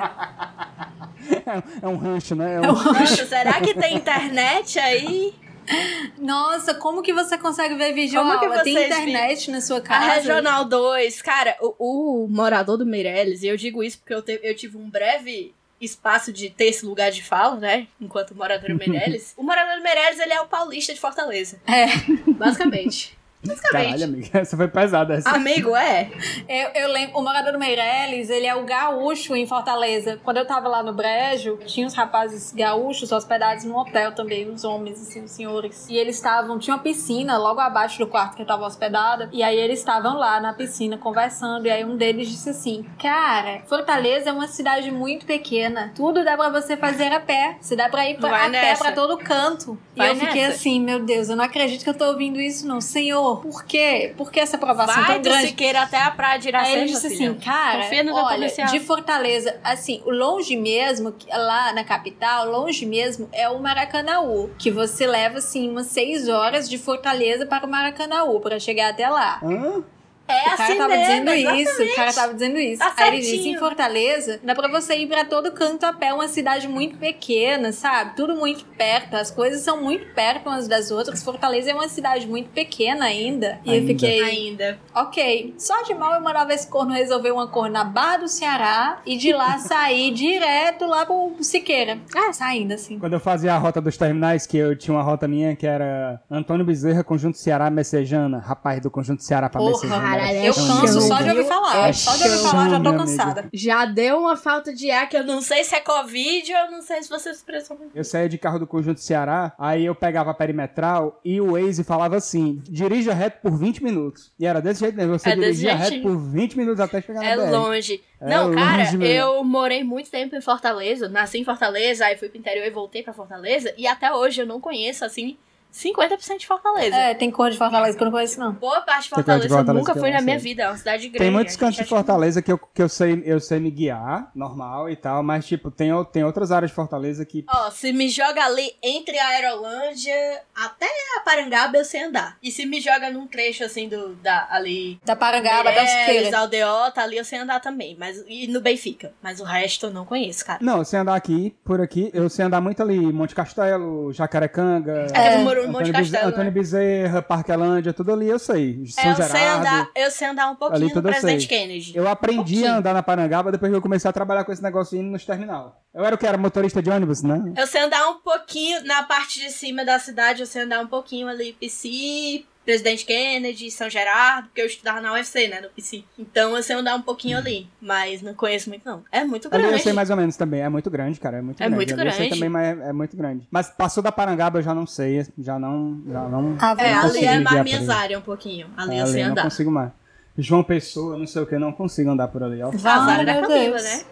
Então,
É um rancho, né? É um-
Nossa, será que tem internet aí?
Nossa, como que você consegue ver vídeo
Como que
aula? Tem
vocês Ah, é
internet na sua
A
casa?
Regional 2, cara, o, o morador do Meirelles, e eu digo isso porque eu, te- eu tive um breve espaço de ter esse lugar de fala, né? Enquanto morador do Meirelles. o morador do Meirelles, ele é o paulista de Fortaleza.
É.
Basicamente.
Caralho,
Basicamente.
amiga, essa foi pesada. Essa.
Amigo, é.
Eu, eu lembro, o morador do Meireles, ele é o gaúcho em Fortaleza. Quando eu tava lá no Brejo, tinha uns rapazes gaúchos hospedados num hotel também, uns homens, assim, uns senhores. E eles estavam, tinha uma piscina logo abaixo do quarto que eu tava hospedada. E aí eles estavam lá na piscina conversando. E aí um deles disse assim: Cara, Fortaleza é uma cidade muito pequena. Tudo dá pra você fazer a pé. Você dá pra ir pra-
Vai
a pé
nessa.
pra todo canto.
Vai
e eu fiquei
nessa.
assim: Meu Deus, eu não acredito que eu tô ouvindo isso, não. Senhor, por quê? Por que essa aprovação
Vai
tão
do
então grande?
Siqueira até a praia de
Aí
Iracema,
ele disse assim,
Tá filhão.
cara,
Confia no teu
olha,
policial.
de Fortaleza, assim, longe mesmo, que- lá na capital, longe mesmo é o Maracanaú, que você leva, assim, umas seis horas de Fortaleza para o Maracanaú, para chegar até lá.
Hã?
É
o cara
assim
tava
mesmo,
dizendo isso, o cara tava dizendo isso.
Tá
Aí ele disse,
certinho.
em Fortaleza, dá pra você ir pra todo canto a pé, uma cidade muito pequena, sabe? Tudo muito perto, as coisas são muito perto umas das outras. Fortaleza é uma cidade muito pequena ainda. E eu
Ainda.
fiquei,
Ainda.
Ok, só de mal eu mandava esse corno resolver uma cor na Barra do Ceará e de lá sair direto lá pro Siqueira. Ah, saindo assim.
Quando eu fazia a rota dos terminais, que eu tinha uma rota minha que era Antônio Bezerra, Conjunto Ceará, Messejana. Rapaz, do Conjunto Ceará pra
Porra,
Messejana.
caralho,
é
Eu
chão,
canso
né?
só de ouvir falar.
É
Só de ouvir falar, já
chão,
tô
minha amiga.
cansada.
Já deu uma falta de ar que eu não
Não sei se é Covid ou não sei se vocês expressam muito.
Eu saía de carro do Conjunto Ceará, aí eu pegava a perimetral e o Waze falava assim, dirija reto por 20 minutos. E era desse jeito mesmo, você
É desse
dirigia reto
jeitinho.
por 20 minutos até chegar
É
na BR.
longe.
Ah, É
não, cara,
longe mesmo.
eu morei muito tempo em Fortaleza. Nasci em Fortaleza, aí fui pro interior e voltei pra Fortaleza. E até hoje eu não conheço, assim, 50% de Fortaleza.
É, tem cor de Fortaleza que eu não conheço, não.
Boa parte de
Tem cara
Fortaleza,
de Fortaleza
nunca
que eu
fui
não
na minha
sei.
vida. É uma cidade grande.
Tem muitos
a gente é
cantos de
acha-
Fortaleza que eu, que eu sei, eu sei me guiar, normal e tal, mas tipo, tem, o- tem outras áreas de Fortaleza que
tipo, Ó, se me joga ali entre a Aerolândia até a Parangaba, eu sei andar. E se me joga num trecho, assim, do, da, ali
Da Parangaba até o
Meireles,
Siqueira.
Aldeota, tá ali eu sei andar também, mas e no Benfica. Mas o resto eu não conheço, cara.
Não, eu sei andar aqui, por aqui. Eu sei andar muito ali. Monte Castelo, Jacarecanga.
É, eu moro no Monte
Antônio, Bize-
Castelo. né? É,
Antônio Bezerra, Parquelândia, tudo ali eu sei. São
eu
Gerardo.
sei andar, eu sei andar um pouquinho
Ali
no
tudo eu
Presidente
sei.
Kennedy.
Eu aprendi
Pouquinho.
a andar na Parangaba depois que eu comecei a trabalhar com esse negócio indo nos terminal. Eu era o que? Era motorista de ônibus, né?
Eu sei andar um pouquinho na parte de cima da cidade, eu sei andar um pouquinho ali PC, Presidente Kennedy, São Gerardo, porque eu estudava na UFC, né, no PC. Então eu sei andar um pouquinho ali, mas não conheço muito não. É muito
Ali eu
grande.
sei mais ou menos também. É muito grande, cara. É muito
É
grande.
muito
Ali Eu sei
grande.
também, mas é, é muito grande. Mas passou da Parangaba eu já não sei. Já não. Já não
Ah,
É,
não
ali
consigo
é mais
guiar
minhas
por aí.
áreas um pouquinho. Ali
É,
eu sei
eu não
andar.
consigo mais. João Pessoa, não sei o que, eu não consigo andar por ali, ó. Ah,
As áreas da
Ah, meu
Camila,
Deus.
né?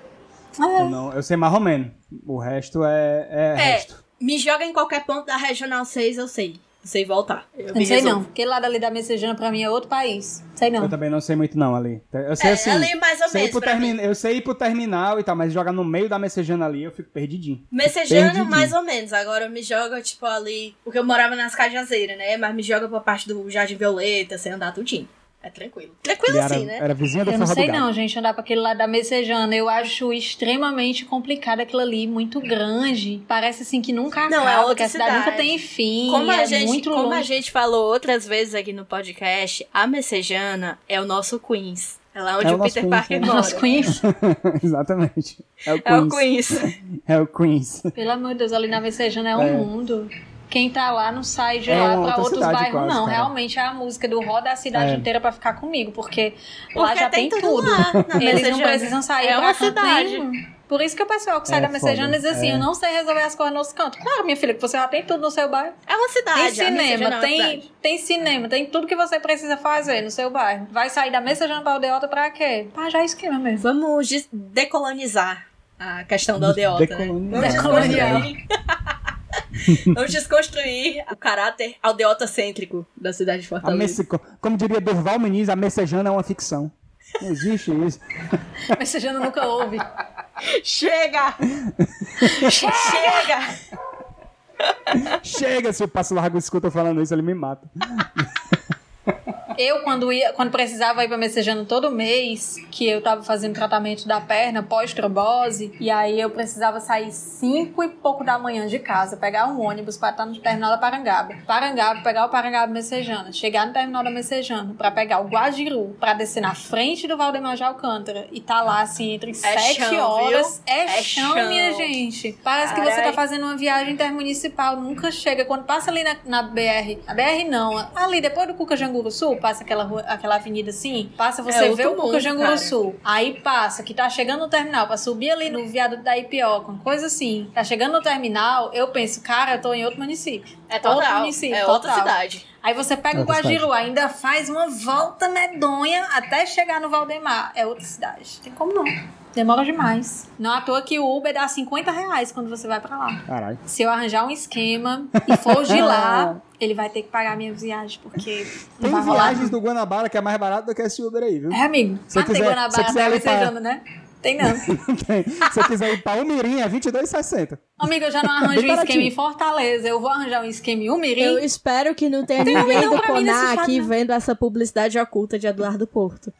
Eu, não, eu sei mais ou menos. O resto é, é,
É.
resto.
Me joga em qualquer ponto da Regional 6, eu sei. Eu sei voltar. Eu
Não
me
sei
resolvo.
não. Aquele lado ali da Messejana pra mim é outro país. Sei não.
Eu também não sei muito, não, ali. Eu sei
É,
assim.
ali mais ou
sei ir
menos
pro
pra mim.
termina- Eu sei ir pro terminal e tal, mas jogar no meio da messejana ali, eu fico perdidinho.
Messejana,
Perdi
mais ou menos. Agora me joga, tipo, ali. Porque eu morava nas Cajazeiras, né? Mas me joga pra parte do Jardim Violeta, sem andar tudinho. É tranquilo.
Tranquilo
Ele era,
assim, né?
era vizinha da
Eu não
Forra do
sei
Gado.
não, gente, andar para aquele lado da Messejana. Eu acho extremamente complicado aquilo ali, muito grande. Parece assim que nunca
Não, é
acaba,
outra
que a cidade, nunca
cidade.
tem fim.
Como,
é
a gente,
muito
como a
longe.
gente falou outras vezes aqui no podcast, a Messejana é o nosso Queens. Ela é onde
É o
o
nosso
Peter
Queens,
Parker
né?
mora.
Nossa, Queens.
Exatamente. É o
É o
Queens.
Queens. Tá
É o Queens.
Pelo amor de Deus, ali na Messejana é um
É.
mundo. Quem tá lá não sai de
É
lá
uma
pra
outra
outros
cidade
bairros,
quase,
não.
cara.
Realmente é a música do roda a cidade
É.
inteira pra ficar comigo, porque, lá
Porque
já
tem
tem,
tudo
tudo.
lá na
Eles não
Messejana.
precisam sair
É
pra
uma
canto
cidade.
nenhum. Por isso que o pessoal que sai
É
da Messejana
foda,
diz assim:
é.
eu não sei resolver as coisas no nosso canto. Claro, minha filha, que você já tem tudo no seu bairro.
É uma cidade.
Tem
a Messejana é
cinema,
uma
tem,
cidade.
tem cinema, tem tudo que você precisa fazer no seu bairro. Vai sair da Messejana pra aldeota pra quê? Ah, já é esquema mesmo.
Vamos des- decolonizar a questão da aldeota. né?
Decolonizar.
Vamos
Decolonizar.
desconstruir. Vamos desconstruir o caráter aldeota cêntrico da cidade de
A
Fortaleza.
Messico... Como diria Durval Muniz, a messejana é uma ficção. Não existe isso.
Messejana nunca ouve.
Chega! Chega!
Chega, se eu passo largo escuta eu falando isso, ele me mata.
Eu, quando, ia, quando precisava ir pra Messejana todo mês, que eu tava fazendo tratamento da perna pós-trombose, e aí eu precisava sair cinco e pouco da manhã de casa, pegar um ônibus pra estar no terminal da Parangaba. Parangaba, pegar o Parangaba Messejana, chegar no terminal da Messejana, pra pegar o Guajiru, pra descer na frente do Valdemar de Alcântara, e tá lá, assim, entre sete
É chão, viu?
horas. É,
É
chão,
chão.
minha gente. Parece que você
Carai.
tá fazendo uma viagem intermunicipal, nunca chega. Quando passa ali na, na BR, a BR não, ali depois do Cuca Janguru Sul, passa aquela, rua, aquela avenida assim, passa, você
É outro
vê o
mundo,
Cuca
cara.
Janguru Sul. Aí passa, que tá chegando no terminal, pra subir ali no viaduto da Ipioca, uma coisa assim. Tá chegando no terminal, eu penso, cara, eu tô em outro município.
É
Outro
total.
município,
é outra
total.
cidade.
Aí você pega
Outra
o Guajiru, ainda faz uma volta medonha até chegar no Valdemar. É outra cidade. Tem como não. Demora demais. Não à toa que o Uber dá 50 reais quando você vai pra lá.
Caralho.
Se eu arranjar um esquema e for de lá, ele vai ter que pagar a minha viagem, porque
Tem
não vai rolar.
viagens do Guanabara que é mais barato do que esse Uber aí, viu?
É, amigo.
Se
ah,
quiser-
tem
se
Guanabara,
quiser
tá
ali pra-
desejando, né? Tem não.
Tem. Se eu quiser ir pra Umirim, é 22,60.
Amigo, eu já não arranjo
Bem
um esquema
baratinho.
em Fortaleza. Eu vou arranjar um esquema em Umirim.
Eu espero que não tenha ninguém do
milhão pra mim nesse
Conar
estado,
aqui
não.
vendo essa publicidade oculta de Eduardo Porto.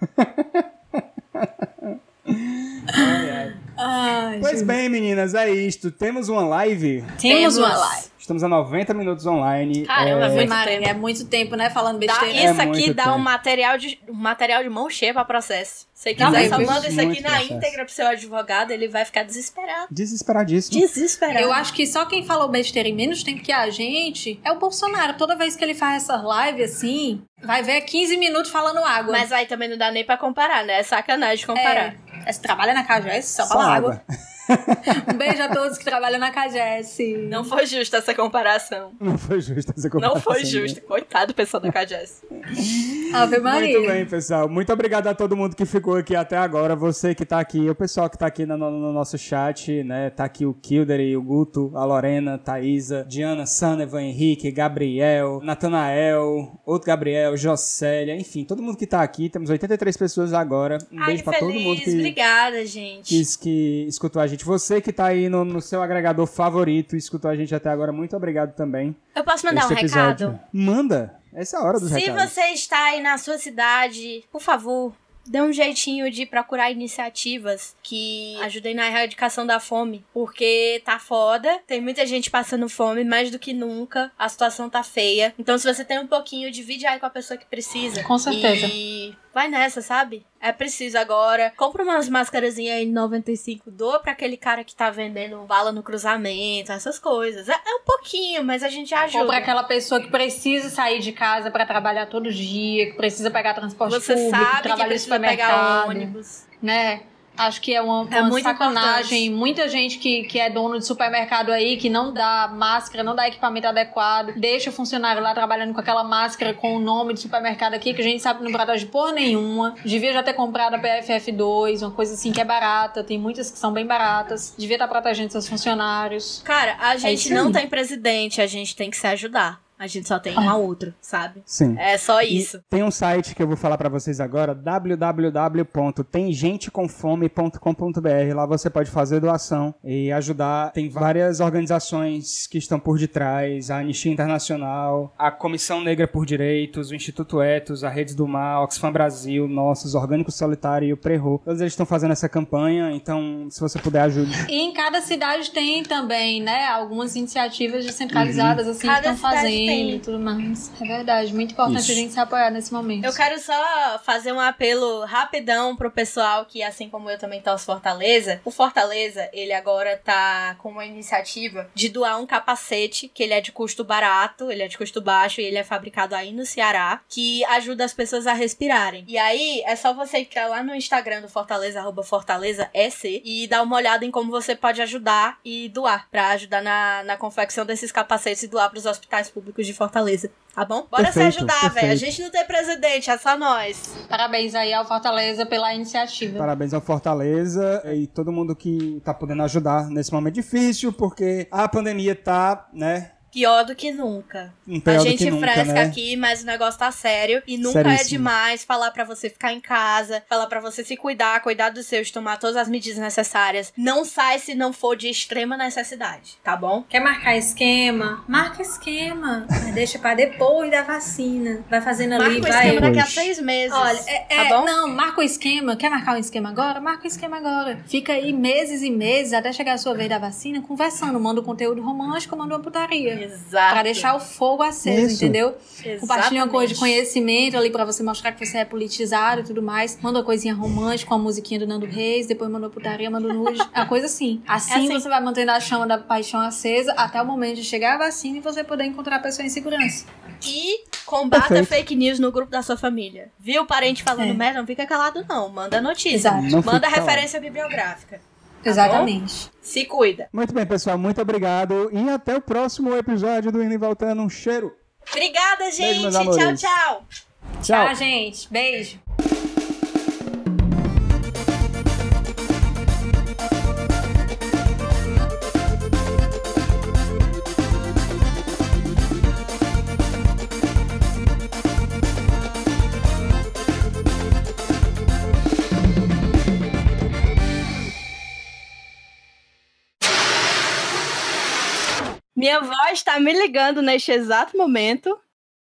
Ai,
Pois bem, meninas, é isto. Temos uma live.
temos uma live.
Estamos a 90 minutos online.
Caramba,
é...
foi muito
Maria,
tempo.
é muito tempo, né? Falando
Dá-
besteira.
isso
É
aqui
muito
dá um
tempo.
material de, um material de mão cheia pra processo. Se você
Não,
quiser,
eu
só
fiz
manda isso aqui
muito
na
processo.
íntegra pro seu advogado, ele vai ficar desesperado.
Desesperadíssimo.
né?
Desesperado.
Eu acho que só quem falou besteira em menos tempo que a gente é o Bolsonaro. Toda vez que ele faz essas lives assim, vai ver 15 minutos falando água.
Mas aí também não dá nem pra comparar, né? É sacanagem comparar.
é, é, se trabalha na KGS, só, fala água. Um beijo a todos que trabalham na KGS.
Não foi justa essa comparação.
Não foi justo essa comparação.
Não foi
né?
justo. Coitado, pessoal da KJS.
Ave Maria.
Muito bem, pessoal. Muito obrigado a todo mundo que ficou aqui até agora. Você que tá aqui, o pessoal que tá aqui no, no nosso chat, né? Tá aqui o Kilder e o Guto, a Lorena, Thaisa, Diana, Sanevan, Henrique, Gabriel, Natanael, outro Gabriel, Jocélia, enfim, todo mundo que tá aqui. Temos 83 pessoas agora. Um
Ai,
beijo
que
pra todo mundo
feliz.
que.
Obrigada, gente.
que, que escutou a gente. Você que tá aí no, no seu agregador favorito e escutou a gente até agora, muito obrigado também.
Eu posso mandar
Este
um
episódio.
recado?
Manda! Essa é a hora dos
Se
recados.
você está aí na sua cidade, por favor, dê um jeitinho de procurar iniciativas que ajudem na erradicação da fome. Porque tá foda, tem muita gente passando fome, mais do que nunca. A situação tá feia. Então, se você tem um pouquinho, divide aí com a pessoa que precisa.
Com certeza.
E vai nessa, sabe? É preciso agora. Compra umas máscarazinhas aí de 95, doa pra aquele cara que tá vendendo bala no cruzamento, essas coisas. É, é um pouquinho, mas a gente ajuda.
Ou pra aquela pessoa que precisa sair de casa pra trabalhar todo dia, que precisa pegar transporte
Você
público, que
sabe que
trabalha no
precisa
supermercado.
pegar ônibus.
né? Acho que é uma,
É
uma
muito
sacanagem. Muita gente que, que é dono de supermercado aí, que não dá máscara, não dá equipamento adequado, deixa o funcionário lá trabalhando com aquela máscara com o nome de supermercado aqui, que a gente sabe que não produz de porra nenhuma. Devia já ter comprado a PFF2, uma coisa assim que é barata, tem muitas que são bem baratas. Devia estar protegendo seus funcionários.
Cara, a gente
É isso
não
aí. Ah.
tem presidente, a gente tem que se ajudar. A gente só tem uma outra, sabe?
Sim.
É só
E
isso.
Tem um site que eu vou falar pra vocês agora, www.temgenteconfome.com.br. Lá você pode fazer doação e ajudar. Tem várias organizações que estão por detrás, a Anistia Internacional, a Comissão Negra por Direitos, o Instituto Etos, a Redes do Mar, Oxfam Brasil, Nossos, Orgânico Solitário e o Prerro. Todos eles estão fazendo essa campanha, então se você puder ajude.
E em cada cidade tem também, né? Algumas iniciativas descentralizadas, assim,
Cada
que estão
cidade
fazendo
tem.
e tudo mais. É verdade, muito importante
Isso.
a gente se apoiar nesse momento.
Eu quero só fazer um apelo rapidão pro pessoal que, assim como eu, também torce Fortaleza. O Fortaleza, ele agora tá com uma iniciativa de doar um capacete, que ele é de custo barato, ele é de custo baixo e ele é fabricado aí no Ceará, que ajuda as pessoas a respirarem. E aí, é só você ir lá no Instagram do Fortaleza, arroba Fortaleza SC, e dar uma olhada em como você pode ajudar e doar, pra ajudar na, na confecção desses capacetes e doar pros hospitais públicos de Fortaleza. Tá bom? Bora
Perfeito,
se ajudar, velho. A
perfeito.
gente não tem presidente, é só nós.
Parabéns aí ao Fortaleza pela
Uhum.
iniciativa.
Parabéns ao Fortaleza e todo mundo que tá podendo ajudar nesse momento difícil, porque a pandemia tá, né,
Pior do que nunca.
um pior
a
do
gente
que nunca,
fresca
né?
aqui, mas o negócio tá sério. E nunca é
Seríssimo.
demais falar pra você ficar em casa, falar pra você se cuidar, cuidar dos seus, tomar todas as medidas necessárias. Não sai se não for de extrema necessidade, tá bom?
Quer marcar esquema? Marca esquema. Mas deixa pra depois da vacina. Vai fazendo ali,
Marca o
vai.
esquema daqui a
Pois.
seis meses.
Olha, é, é,
Tá bom?
não, marca o esquema. Quer marcar um esquema agora? Marca o esquema agora. Fica aí meses e meses até chegar a sua vez da vacina conversando. Manda um conteúdo romântico, manda uma putaria.
Exato.
é Pra deixar o fogo aceso,
Isso.
entendeu?
Exatamente.
Compartilha uma coisa de conhecimento ali pra você mostrar que você é politizado e tudo mais. Manda uma coisinha romântica, uma musiquinha do Nando Reis, depois manda uma putaria, manda um nude. Uma coisa assim. assim.
É assim.
você vai mantendo a chama da paixão acesa até o momento de chegar a vacina e você poder encontrar a pessoa em segurança. Tá
E combata
Perfeito.
fake news no grupo da sua família. Viu parente falando
É.
merda? Não fica calado, não. Manda notícia.
Exato.
Não
Manda
fica calado.
referência bibliográfica. bom?
Exatamente.
Se cuida.
Muito bem, pessoal. Muito obrigado. E até o próximo episódio do Indo e Voltando. Um cheiro.
Obrigada, gente.
meus
tchau,
amores.
tchau.
Tchau.
Tchau, gente. Beijo.
Minha avó
tá
está me ligando neste exato momento.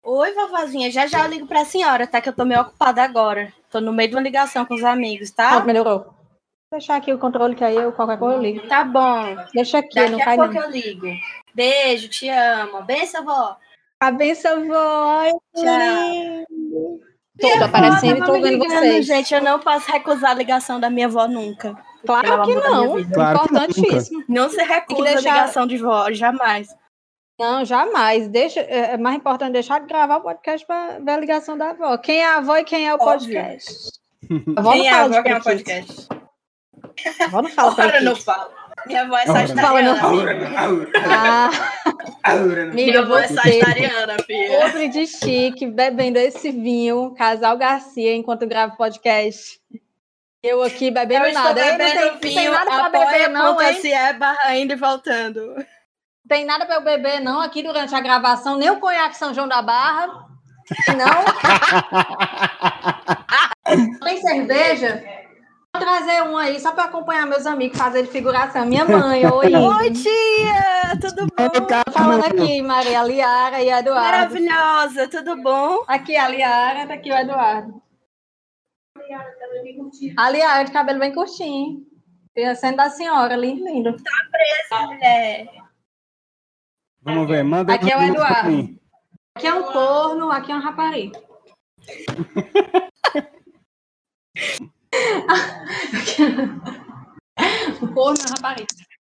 Oi, vovozinha. Já já eu ligo pra senhora, tá? Que eu tô meio ocupada agora. Tô no meio de uma ligação com os amigos, tá?
melhorou. Vou deixar aqui o controle que aí eu qualquer coisa eu ligo.
Tá bom.
Deixa aqui,
Daqui
não
a
cai
pouco
não.
eu ligo. Beijo, te amo. Benção, vó.
A benção, vó. Ai,
Tchau. tá
Tô, tô aparecendo e tô ouvindo vocês.
Gente, eu não posso recusar a ligação da minha avó nunca. Ela
Claro que
muda a minha
não.
vida.
Claro que
Importantíssimo.
Não se recusa
deixar-
a ligação de vó, jamais.
Não, jamais. Deixa, é é mais importante deixar de gravar o podcast para ver a ligação da avó. Quem é a avó e quem é o podcast? A avó
Quem é
não
a
fala
avó
de
que é um
periquito.
podcast?
A avó não fala
Ora, não
periquito.
fala. Minha avó é
Ora, não.
sagitariana.
Ah,
Minha
amiga,
avó é
você,
sagitariana, filha.
podre de chique, bebendo esse vinho, casal Garcia, enquanto grava o podcast. Eu aqui bebendo
Eu estou
nada. Eu não tenho-
bebendo
não
vinho,
tem nada pra beber, não, hein?
apoia.se barra ainda e voltando.
tem nada para eu beber, não, aqui durante a gravação, nem o conhaque São João da Barra. Não. tem cerveja? Vou trazer um aí, só para acompanhar meus amigos, fazer de figuração. Minha mãe, oi.
Oi, tia! Tudo bom?
Tô falando aqui, Maria Liara e Eduardo.
Maravilhosa, tudo bom?
Aqui a Liara, tá aqui o Eduardo. A Liara de cabelo bem curtinho. Pensando da senhora, lindo, lindo.
Mulher.
Vamos ver. Manda
Aqui é o
uma pergunta
Eduardo.
pra mim.
Aqui é um corno, aqui é um rapariga. o corno é um rapariga.